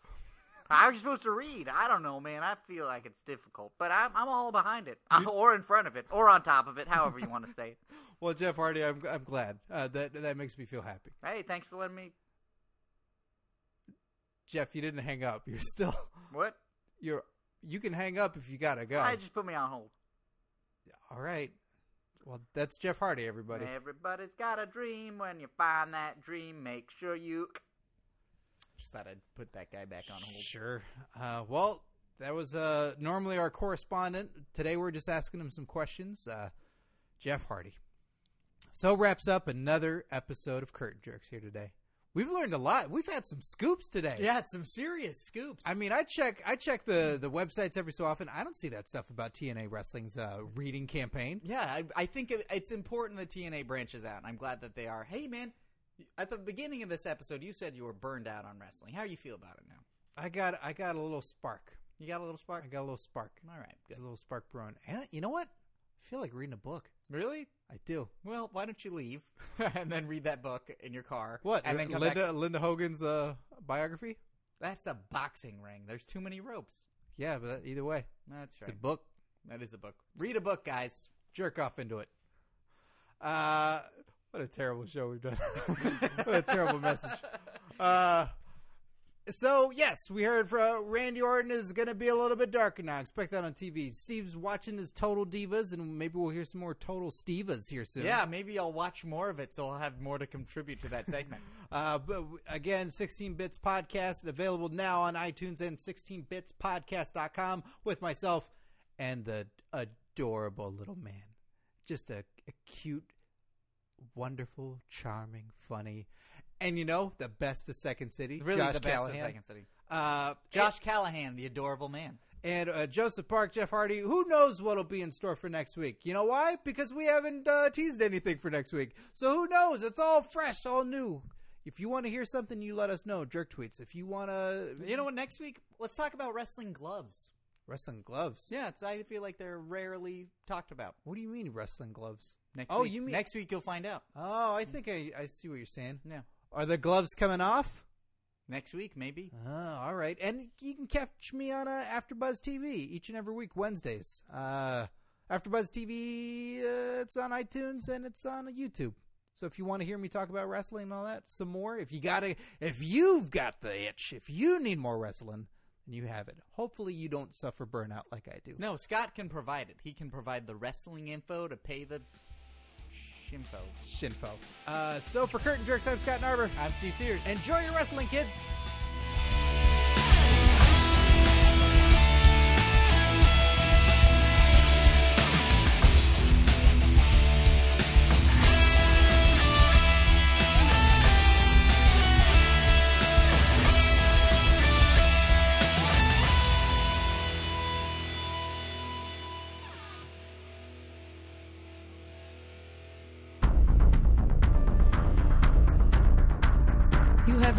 Speaker 1: How are you supposed to read? I don't know, man. I feel like it's difficult, but I'm, I'm all behind it, <laughs> or in front of it, or on top of it, however you want to say it. <laughs>
Speaker 3: Well, Jeff Hardy, I'm I'm glad uh, that that makes me feel happy.
Speaker 1: Hey, thanks for letting me.
Speaker 3: Jeff, you didn't hang up. You're still <laughs>
Speaker 1: What?
Speaker 3: you're you can hang up if you gotta go.
Speaker 1: I just put me on hold.
Speaker 3: All right. Well, that's Jeff Hardy, everybody.
Speaker 1: Everybody's got a dream. When you find that dream, make sure you. Just thought I'd put that guy back on hold.
Speaker 3: Sure. Uh, well, that was uh, normally our correspondent. Today we're just asking him some questions. Uh, Jeff Hardy. So wraps up another episode of Curtain Jerks here today. We've learned a lot. We've had some scoops today.
Speaker 7: Yeah, some serious scoops.
Speaker 3: I mean, I check I check the the websites every so often. I don't see that stuff about TNA Wrestling's uh, reading campaign.
Speaker 7: yeah, I, I think it, it's important that TNA branches out, and I'm glad that they are. Hey, man, at the beginning of this episode, you said you were burned out on wrestling. How do you feel about it now?
Speaker 3: I got I got a little spark.
Speaker 7: You got a little spark?
Speaker 3: I got a little spark.
Speaker 7: All right, good.
Speaker 3: There's a little spark brewing. And you know what? I feel like reading a book.
Speaker 7: Really?
Speaker 3: I do.
Speaker 7: Well, why don't you leave <laughs> and then read that book in your car?
Speaker 3: What?
Speaker 7: And then come
Speaker 3: Linda
Speaker 7: back.
Speaker 3: Linda Hogan's uh, biography?
Speaker 7: That's a boxing ring. There's too many ropes.
Speaker 3: Yeah, but that, either way,
Speaker 7: That's
Speaker 3: it's
Speaker 7: right.
Speaker 3: a book.
Speaker 7: that is a book. Read a book, guys.
Speaker 3: Jerk off into it. Uh, what a terrible show we've done. <laughs> what a terrible message. Uh, so yes, we heard from Randy Orton is going to be a little bit darker now. Expect that on TV. Steve's watching his Total Divas, and maybe we'll hear some more Total Stevas here soon.
Speaker 7: Yeah, maybe I'll watch more of it, so I'll have more to contribute to that
Speaker 3: <laughs>
Speaker 7: segment.
Speaker 3: Uh, but w- again, 16 Bits Podcast available now on iTunes and 16bitspodcast.com with myself and the adorable little man. Just a, a cute, wonderful, charming, funny, and you know, the best of Second City.
Speaker 7: really,
Speaker 3: Josh
Speaker 7: the best
Speaker 3: Callahan.
Speaker 7: of Second City.
Speaker 3: Uh,
Speaker 7: Josh Callahan, the adorable man.
Speaker 3: and uh, Joseph Park, Jeff Hardy. Who knows what'll be in store for next week? You know why? Because we haven't uh, teased anything for next week. So who knows? It's all fresh, all new. If you want to hear something, you let us know. Jerk tweets. If you want to
Speaker 7: You know what? Next week, let's talk about wrestling gloves.
Speaker 3: wrestling gloves.
Speaker 7: Yeah, it's, I feel like they're rarely talked about.
Speaker 3: What do you mean wrestling gloves?
Speaker 7: Next
Speaker 3: oh,
Speaker 7: week,
Speaker 3: you mean?
Speaker 7: next week you'll find out.
Speaker 3: oh, I think I, I see what you're saying.
Speaker 7: Yeah,
Speaker 3: Are the gloves coming off?
Speaker 7: next week maybe.
Speaker 3: Oh, all right. And you can catch me on uh, AfterBuzz TV each and every week Wednesdays. Uh, AfterBuzz TV, uh, it's on iTunes and it's on YouTube. So if you want to hear me talk about wrestling and all that some more, if you gotta, if you've got the itch, if you need more wrestling, then you have it. Hopefully, you don't suffer burnout like I do.
Speaker 7: No, Scott can provide it. He can provide the wrestling info to pay the info.
Speaker 3: Shinfo. Uh, so for Curtain Jerks, I'm Scott Narber.
Speaker 7: I'm Steve Sears.
Speaker 3: Enjoy your wrestling, kids.
Speaker 8: You have